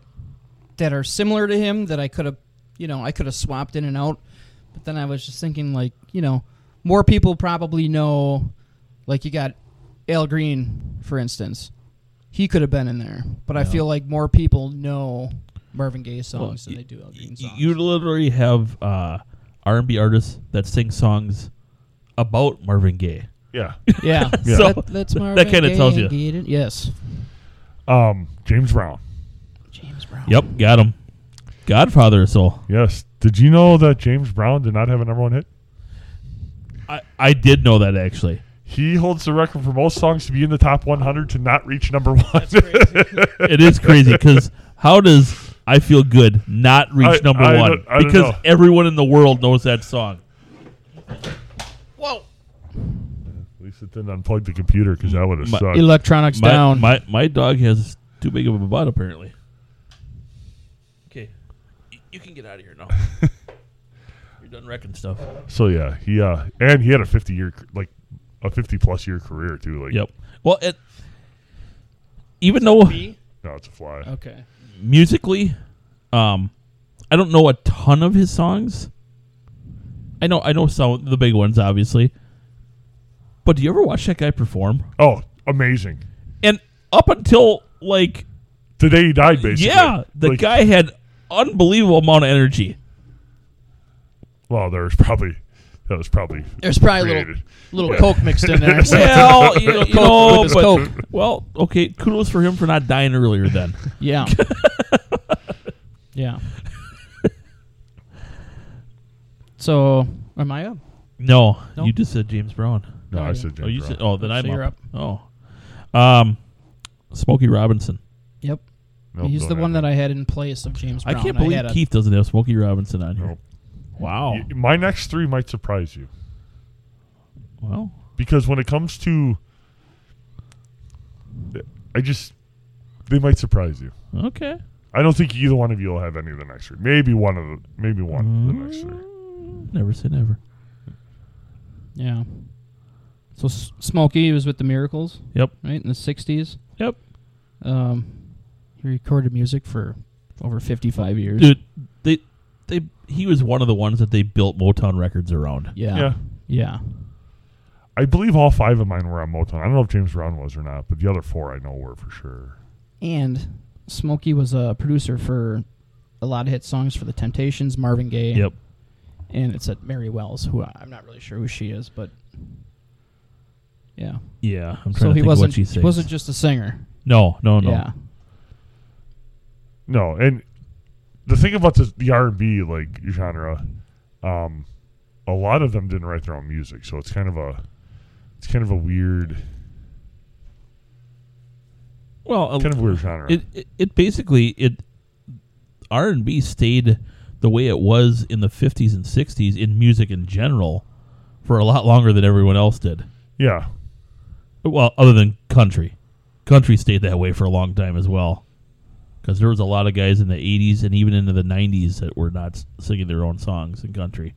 that are similar to him that I could have you know I could have swapped in and out, but then I was just thinking like you know more people probably know Like you got Al Green, for instance. He could have been in there, but I feel like more people know Marvin Gaye songs
y-
than they do Al Green
Y-
songs.
You literally have uh, R&B artists that sing songs about Marvin Gaye.
Yeah.
yeah,
Yeah.
So,
That-
th-
that's
that
Marvin.
kinda
Gaye
tells
and
you.
Gaye did- Yes,
Um, James Brown.
James Brown.
Yep, got him. Godfather of Soul.
Yes. Did you know that James Brown did not have a number one hit?
I, I did know that actually.
He holds the record for most songs to be in the top 100 to not reach number one.
It is crazy because how does I Feel Good not reach
I-
number
I
one?
don't- I don't
because
know.
everyone in the world knows that song.
Whoa!
At least it didn't unplug the computer because that would have
My-
sucked.
Electronics
My,
down.
my my dog has too big of a butt apparently. Okay, you can get out of here now. You're done wrecking stuff.
so yeah, he uh, and he had a 50 year like a 50 plus year career too. Like,
Yep. Well, it even though
No, it's a fly.
okay.
musically, um, I don't know a ton of his songs. I know I know some of the big ones, obviously. But do you ever watch that guy perform?
Oh, amazing.
And up until like
The day he died, basically.
yeah, the
Like,
guy had unbelievable amount of energy.
Well, there's probably that was probably
There's probably a little
created.
little
Yeah.
coke mixed in there.
Well, you know, you
Coke
know,
with his
but-
Coke.
well, okay, kudos for him for not dying earlier then.
Yeah. yeah. So am I up?
No,
No.
you just said James Brown.
No,
Oh,
I
yeah.
said James
oh, you
Brown.
said oh, then
So
I'm
you're
up. Oh. Um Smokey Robinson.
Yep.
oh,
Nope,
He's
don't
the
have
one that I had in place of James Brown.
I can't believe
had a-
Keith doesn't have Smokey Robinson on here.
Nope.
Wow.
Y- My next three might surprise you
Well,
because when it comes to, I just they might surprise you.
okay.
I don't think either one of you will have any of the next three. Maybe one of the maybe one of the next three.
Never say never.
Yeah. So S- Smokey was with the Miracles,
Yep.
right in the '60s.
Yep.
Um, he recorded music for over 55 years.
Dude, they they he was one of the ones that they built Motown Records around.
Yeah.
Yeah,
Yeah.
I believe all five of mine were on Motown. I don't know if James Brown was or not, but the other four I know were for sure.
And Smokey was a producer for a lot of hit songs for the Temptations, Marvin Gaye.
Yep.
and it's at Mary Wells, who I- I'm not really sure who she is, but yeah.
Yeah, I'm trying
So
to
he
think
wasn't
what she
he
sings.
wasn't just a singer.
no, no, no.
Yeah,
No, and the thing about this, the R and B like genre, um, a lot of them didn't write their own music, so it's kind of a, it's kind of a weird,
Well, a-
kind of weird genre.
it, it it basically it R and B stayed the way it was in the 50s and 60s in music in general for a lot longer than everyone else did.
yeah,
Well, other than country, country stayed that way for a long time as well, because there was a lot of guys in the '80s and even into the '90s that were not s- singing their own songs in country.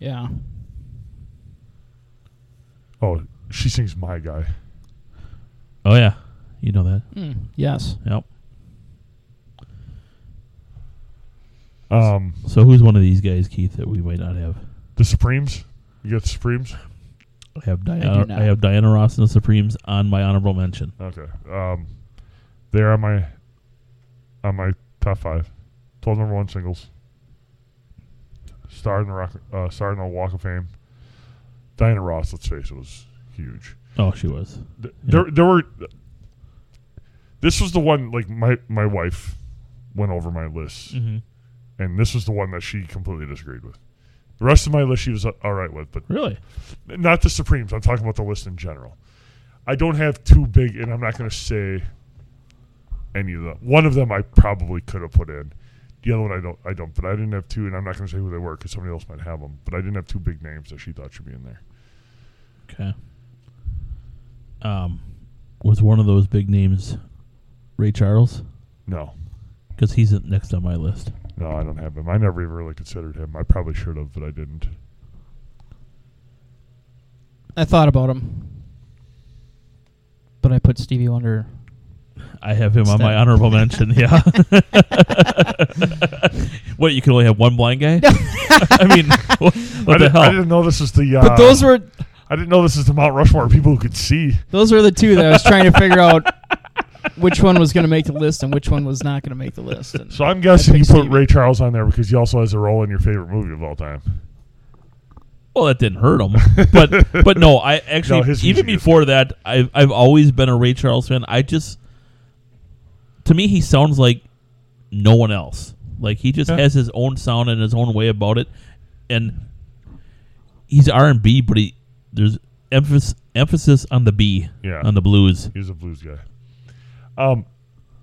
yeah.
oh, she sings "My Guy."
Oh yeah, you know that.
Mm, Yes.
Yep.
Um,
So who's one of these guys, Keith, that we might not have?
the Supremes. You got the Supremes.
I have
I
Diana.
do
I,
not.
have Diana Ross and the Supremes on my honorable mention.
Okay, um, they're on my, on my top five, twelve number one singles. Star in the rock, uh, star in the Walk of Fame. Diana Ross, let's face it, was huge.
Oh, she was.
Th- there there were this was the one like my my wife went over my list
Mm-hmm.
and this was the one that she completely disagreed with the rest of my list she was uh, all right with but
Really?
not the supremes i'm talking about the list in general i don't have two big and i'm not going to say any of them one of them i probably could have put in the other one i don't i don't but i didn't have two and i'm not going to say who they were because somebody else might have them but i didn't have two big names that she thought should be in there
Okay. Um, was one of those big names Ray Charles?
no
Because he's next on my list.
no i don't have him i never even really considered him i probably should have but i didn't
I thought about him, but I put Stevie Wonder.
I have him on my
Step.
honorable mention. Yeah. what? You can only have one blind guy? I mean, what, what
I
the
didn't, I
hell?
didn't know this was the. Uh,
But those were
I I didn't know this is the Mount Rushmore of people who could see.
Those were the two that I was trying to figure out which one was going to make the list and which one was not going to make the list. And
So I'm guessing
I
you put
picked Stevie.
Ray Charles on there because he also has a role in your favorite movie of all time.
Well, that didn't hurt him, but but no, I actually
No, his was
even
good.
before that, I've I've always been a Ray Charles fan. I just to me, he sounds like no one else. Like he just
Yeah.
has his own sound and his own way about it, and he's R and B, but he there's emphasis emphasis on the B,
Yeah.
on the blues.
He's a blues guy. Um,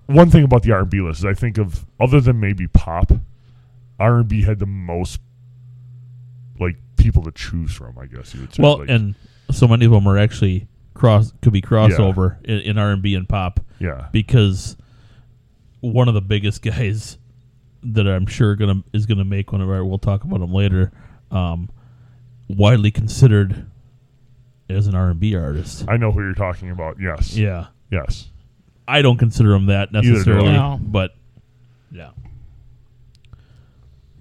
one thing about the R&B list is I think of other than maybe pop, R&B had the most like people to choose from. I guess you would say.
Well,
Like,
and so many of them are actually cross could be crossover in, in R and B and pop.
yeah,
because one of the biggest guys that I'm sure gonna is gonna make one of our we'll talk about him later, um, widely considered as an R and B artist.
I know who you're talking about. Yes,
Yeah,
yes.
I don't consider him that
do
necessarily,
I.
No.
but yeah.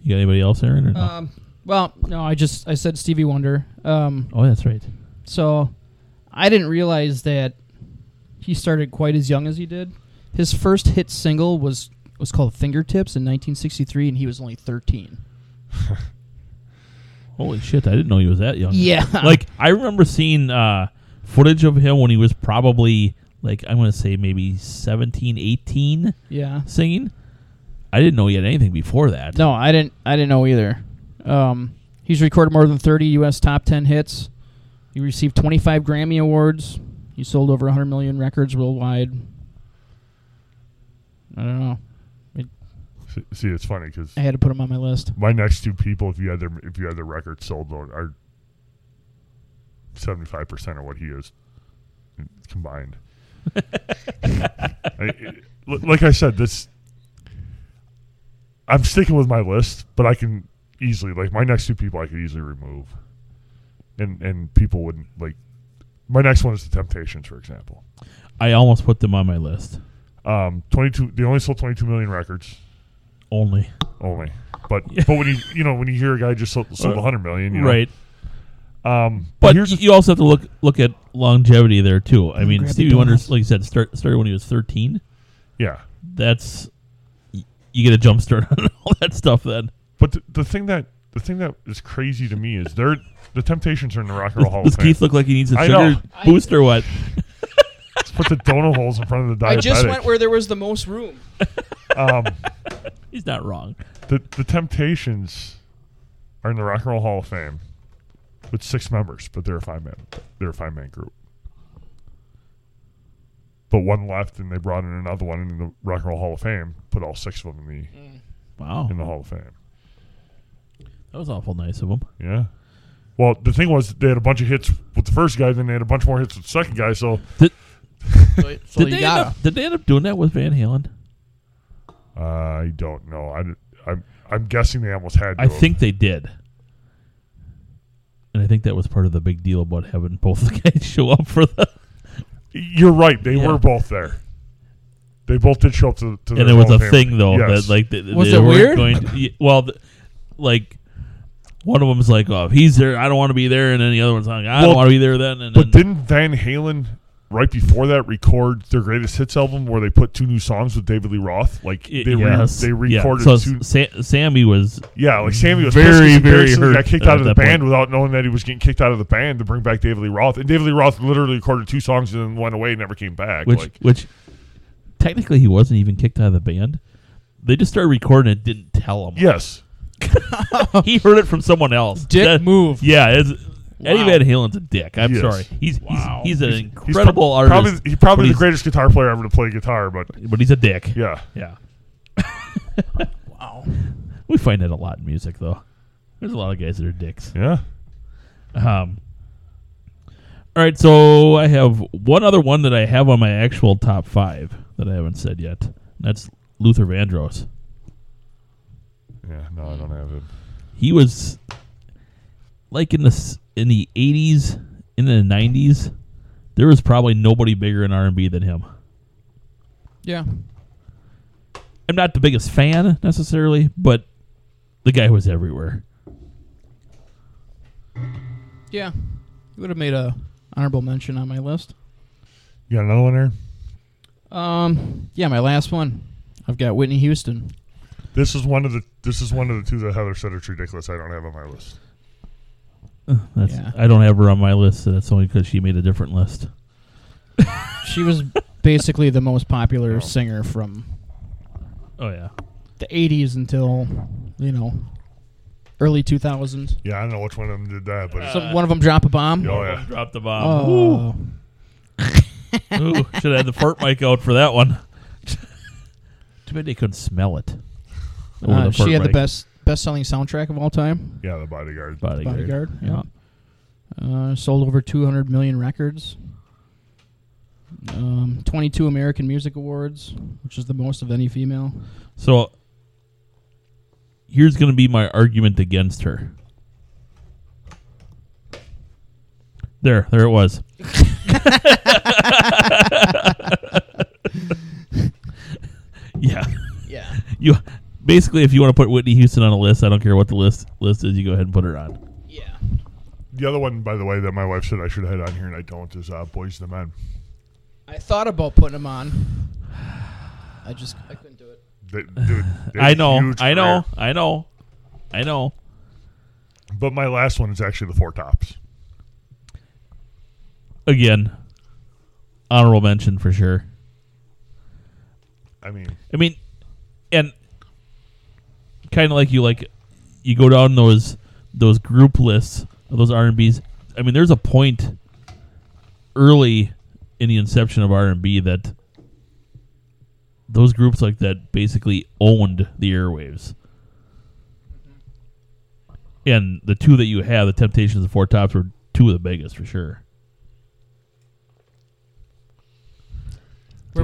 You got anybody else, Aaron? Or no?
Um, well,
no, I just I said Stevie Wonder. Um,
oh, that's right.
so I didn't realize that he started quite as young as he did. His first hit single was was called "Fingertips" in 1963, and he was only 13.
Holy shit! I didn't know he was that young.
Yeah,
like I remember seeing uh, footage of him when he was probably like I'm gonna say maybe 17, 18.
yeah.
singing. I didn't know he had anything before that.
No, I didn't. I didn't know either. Um, he's recorded more than 30 U.S. top 10 hits. He received 25 Grammy awards. He sold over 100 million records worldwide. I don't know.
See- See, it's funny because
I had to put him on my list.
my next two people, if you had their if you had their record sold, are seventy five percent of what he is combined. I, li- like I said, this I'm sticking with my list, but I can easily like my next two people I could easily remove, and and people wouldn't like. My next one is the Temptations, for example.
I almost put them on my list.
Um, twenty two. They only sold twenty two million records.
Only
only. But but when you you know when you hear a guy just sold, sold a hundred million, you know,
right,
Um,
but
here's the
you also have to look look at longevity there too. I mean,
grab the
Stevie Wonder,
donuts.
like you said, start, started when he was thirteen.
yeah.
That's y- you get a jump start on all that stuff. Then
But the, the thing that the thing that is crazy to me is they're the Temptations are in the Rock and Roll Hall of
does
Fame.
Keith look like he needs a
I
sugar
know.
boost or what?
Let's put the donut holes in front of the diabetic.
I just went where there was the most room.
um,
He's not wrong.
the the Temptations are in the Rock and Roll Hall of Fame with six members, but they're a five man they're a five man group. But one left, and they brought in another one in the Rock and Roll Hall of Fame. Put all six of them in
Mm-hmm.
Wow,
the in the Hall of Fame.
that was awful nice of him.
Yeah. Well, the thing was they had a bunch of hits with the first guy, then they had a bunch more hits with the second guy. So
So
did
you
they end
gotta-
up, did they end up doing that with Van Halen?
uh, I don't know. I, d- I'm I'm guessing they almost had. To
I
have.
think they did. And I think that was part of the big deal about having both the guys show up for the
you're right. They
Yeah.
were both there. They both did show up to. to their
and it was
Hall
a
of Fame.
thing though
Yes.
that like th-
Was
they
it
weren't
weird?
going to- y- well th- like one of them's like oh if he's there I don't want to be there and then the other one's like I don't
Well,
want to be there then and
But
then,
didn't Van Halen right before that record their greatest hits album where they put two new songs with David Lee Roth? Like
y-
they
yes,
re- they
yeah.
recorded
so
two.
Sa- Sammy was
Yeah, like Sammy was
Very,
pissed 'cause he
very
basically
hurt
Got kicked
at
out of the
that point.
band without knowing that he was getting kicked out of the band to bring back David Lee Roth, and David Lee Roth literally recorded two songs and then went away and never came back.
which
like,
which technically he wasn't even kicked out of the band they just started recording it didn't tell him
yes,
he heard it from someone else
Dick
That-
move.
yeah it's, Eddie
Wow.
Van Halen's a dick I'm
He is.
sorry he's, he's he's an
He's
incredible
prob-
artist
Probably, he's probably
but
the
he's-
greatest guitar player ever to play guitar, but
but he's a dick
yeah,
Yeah. wow. We find that a lot in music, though. There's a lot of guys that are dicks.
yeah.
Um. All right, so I have one other one that I have on my actual top five that I haven't said yet. That's Luther Vandross.
Yeah, no, I don't have him.
He was like in the s- in the eighties, in the nineties. There was probably nobody bigger in R and B than him.
Yeah.
I'm not the biggest fan necessarily, but the guy was everywhere.
Yeah.
You would have made a honorable mention on my list.
You got another one there?
Um, yeah, my last one. I've got Whitney Houston.
This is one of the this is one of the two that Heather said are ridiculous. I don't have on my list.
Uh, That's,
Yeah.
I don't have her on my list, so that's only because she made a different list.
She was basically the most popular
Oh.
singer from
Oh yeah,
the 80s until, you know, early 2000s.
Yeah, I don't know which one of them did that, but it's-
Some, one of them drop a bomb.
oh yeah,
drop the
Oh.
bomb. Ooh, should have had the fart mic out for that one. Too bad they couldn't smell it. Over
Uh,
the fart
she had the
mic.
best best selling soundtrack of all time.
yeah, the bodyguard.
bodyguard.
Bodyguard. Yeah. Uh, sold over 200 million records. Um, 22 American Music Awards, which is the most of any female.
So here's going to be my argument against her. There, there it was. yeah,
Yeah.
you basically if you want to put Whitney Houston on a list, I don't care what the list list is, you go ahead and put her on.
Yeah.
The other one, by the way, that my wife said I should have had on here and I don't is uh, Boys the Men.
I thought about putting him on. I just I couldn't do it.
They, dude, they
I
had a
know,
huge
I know,
career.
I know, I know.
But my last one is actually the Four Tops.
Again, honorable mention for sure.
I mean,
I mean, and kind of like you, like you go down those those group lists of those R and B's. I mean, there's a point early in the inception of R and B that those groups like that basically owned the airwaves. And the two that you have, the Temptations and the Four Tops, were two of the biggest for sure.
Where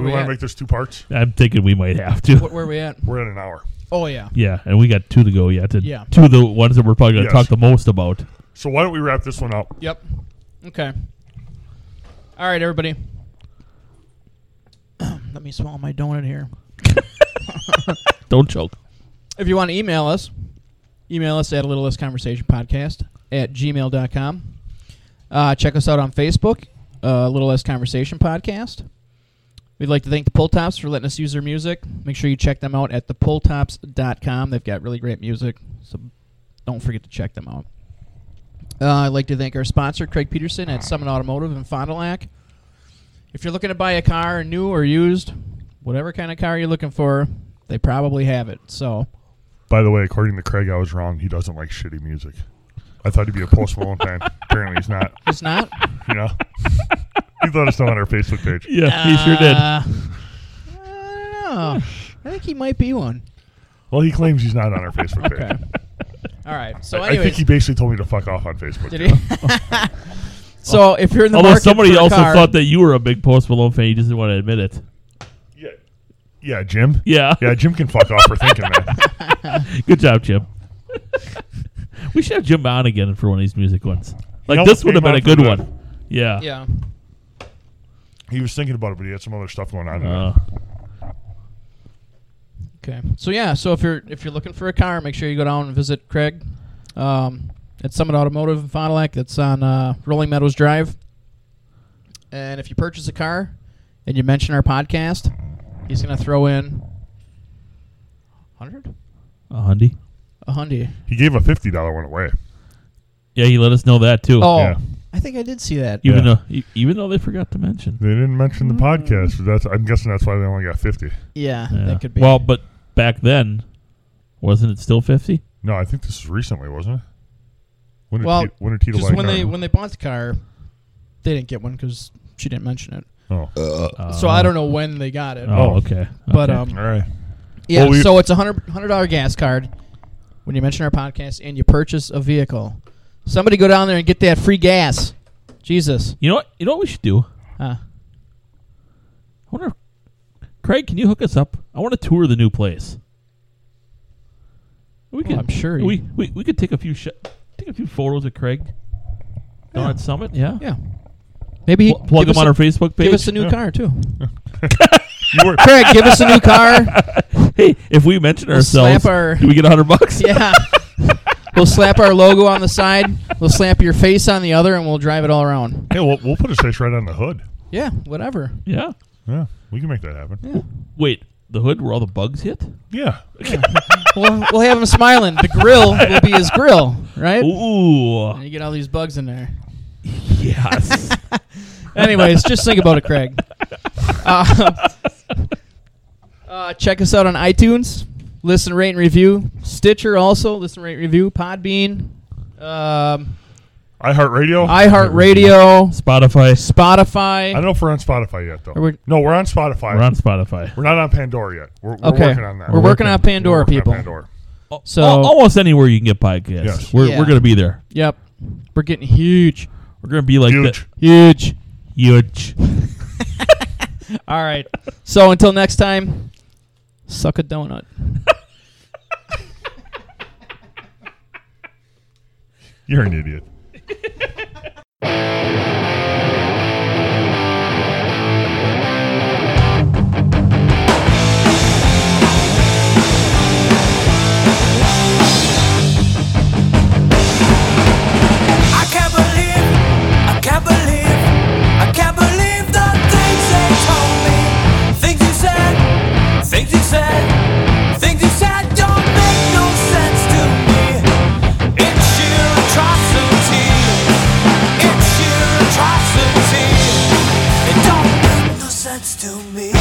do we
we
want
at?
to make this two parts?
I'm thinking we might have to.
Where, where we at?
We're in an hour.
Oh yeah.
Yeah, and we got two to go yet. and
Yeah.
Two of the ones that we're probably going to
Yes.
talk the most about.
So why don't we wrap this one up?
Yep. Okay. All right, everybody. Let me swallow my donut here.
Don't choke.
If you want to email us, email us at a little less conversation podcast at gmail.com. Uh, check us out on Facebook, uh, Little Less Conversation Podcast. We'd like to thank the Pull Tops for letting us use their music. Make sure you check them out at thepulltops.com. They've got really great music, so don't forget to check them out. Uh, I'd like to thank our sponsor, Craig Peterson at Summit Automotive in Fond du Lac. If you're looking to buy a car, new or used, whatever kind of car you're looking for, they probably have it. So
By the way, according to Craig, I was wrong. He doesn't like shitty music. I thought he'd be a Post Malone fan. Apparently, he's not.
It's not.
You know, he let us know on our Facebook page.
Yeah, he sure did.
Uh, I don't know. I think he might be one.
Well, he claims he's not on our Facebook page.
All right. So,
I
anyways,
think he basically told me to fuck off on Facebook.
did he? so if you're in the
Although
market
somebody
for a
also
car,
thought that you were a big Post Malone fan, you just didn't want to admit it.
Yeah, yeah, Jim.
Yeah.
Yeah, Jim can fuck off for thinking that.
Good job, Jim. we should have Jim on again for one of these music ones. Like
Nope,
this would have
came
been a
out for that.
good one. Yeah.
yeah,
He was thinking about it, but he had some other stuff going on.
Uh,
okay. So yeah, so if you're if you're looking for a car, make sure you go down and visit Craig um, at Summit Automotive in Fond du Lac. That's on uh, Rolling Meadows Drive. And if you purchase a car and you mention our podcast, he's gonna throw in hundred,
a hundy.
a hundred.
he gave a fifty dollar one away.
Yeah, he let us know that too.
Oh,
Yeah.
I think I did see that.
even
yeah.
though e- even though they forgot to mention.
They didn't mention the
Mm.
podcast. so that's I'm guessing that's why they only got fifty.
Yeah,
Yeah.
that could be.
Well, but back then, wasn't it still fifty?
No, I think this is recently, wasn't it? When did
Well,
Tito, when did Tito
just
buy
when
Nine?
they when they bought the car, they didn't get one because she didn't mention it.
oh,
Uh.
Uh, so I don't know when they got it.
Uh-huh. Oh,
Oh.
okay.
But
Okay.
um,
all right.
yeah.
Well, we-
so it's a hundred hundred dollar gas card when you mention our podcast and you purchase a vehicle. Somebody go down there and get that free gas. Jesus.
you know what? You know what we should do?
Huh.
I wonder, if- Craig, can you hook us up? I want to tour the new place. We
Well, Oh, I'm sure you-
we, we we could take a few sh- take a few photos of Craig down at Summit. Yeah,
Yeah. Maybe he
Pl- plug
give
him
us
on
a-
our Facebook page.
Give us a new
Yeah.
car too.
You were,
Craig, give us a new car.
hey, if we mention
slap
ourselves,
our-
do we get a hundred bucks?
Yeah. We'll slap our logo on the side. We'll slap your face on the other, and we'll drive it all around.
Hey, we'll, we'll put his face right on the hood.
Yeah, whatever.
Yeah.
Yeah, we can make that happen. Yeah.
Wait, the hood where all the bugs hit?
We'll, we'll have him smiling. The grill will be his grill, right?
Ooh.
And you get all these bugs in there.
Yes.
Anyways, just think about it, Craig. Uh, uh, check us out on iTunes. Listen, rate, and review. Stitcher also. Listen, rate, and review. Podbean. Um,
iHeartRadio.
iHeartRadio.
Spotify.
I don't
Spotify.
know if we're on Spotify yet, though.
Are we-
no, we're on Spotify.
We're on Spotify.
We're not on Pandora yet. We're, we're
Okay.
working on that.
We're working on Pandora,
We're working on
people.
Pandora.
So,
Al- almost anywhere you can get podcasts.
Yes.
We're,
Yeah.
we're going to be there.
yep. We're getting huge.
We're going to be like
Huge.
Huge.
The, huge.
All right. So until next time, suck a donut.
You're an idiot.
I can't believe, I can't believe, I can't believe the things they told me. Things you said, things you said, things you said don't make no sense to me. It's sheer atrocity. It's sheer atrocity. It don't make no sense to me.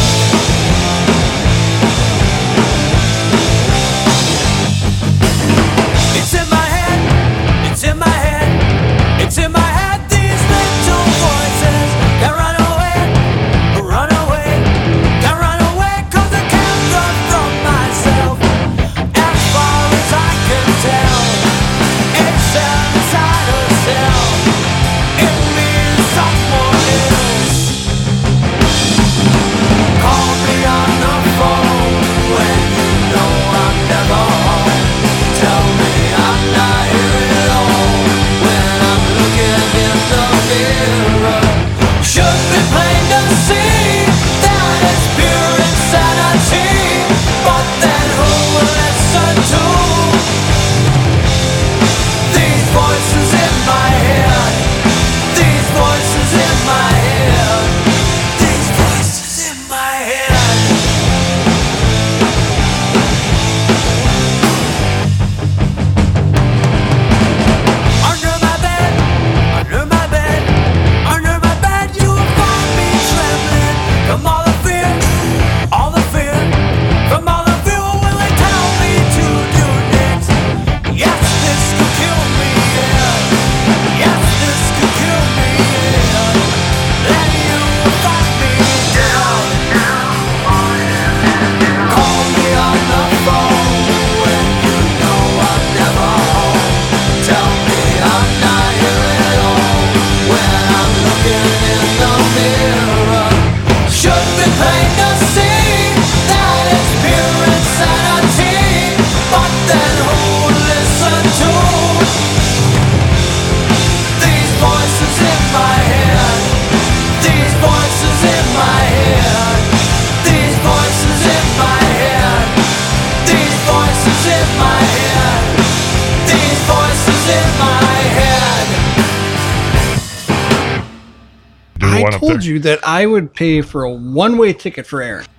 It's in my head, it's in my head, it's in my head, these little voices that run away, run away, that run away, cause I can't run from myself. As far as I can tell, it's an insider cell. It means someone else. Call me on the phone when you know I'm never home. Tell me I'm not here alone when I'm looking in the mirror. Should be plain to see that it's pure insanity. But then who will listen to these voices in my head? These voices in my head. These voices in my head. Under my bed, under my bed, under my bed, you will find me trembling from all the fear, all the fear, from all the fear. What will they tell me to do next? Yes, this could kill me. Yeah. Yes, this could kill me. Yeah. Then you will find me down. Call me on the phone when you know I'm never home. Tell me I'm not here at all when I'm looking in the mirror. Should be plain to see that it's pure insanity, but then who would listen to these voices in my head? These voices in my head. These voices in my head. These voices in my head. These voices in my head.
Do the
I
one up
told
there.
you that I would pay for a one way ticket for Aaron.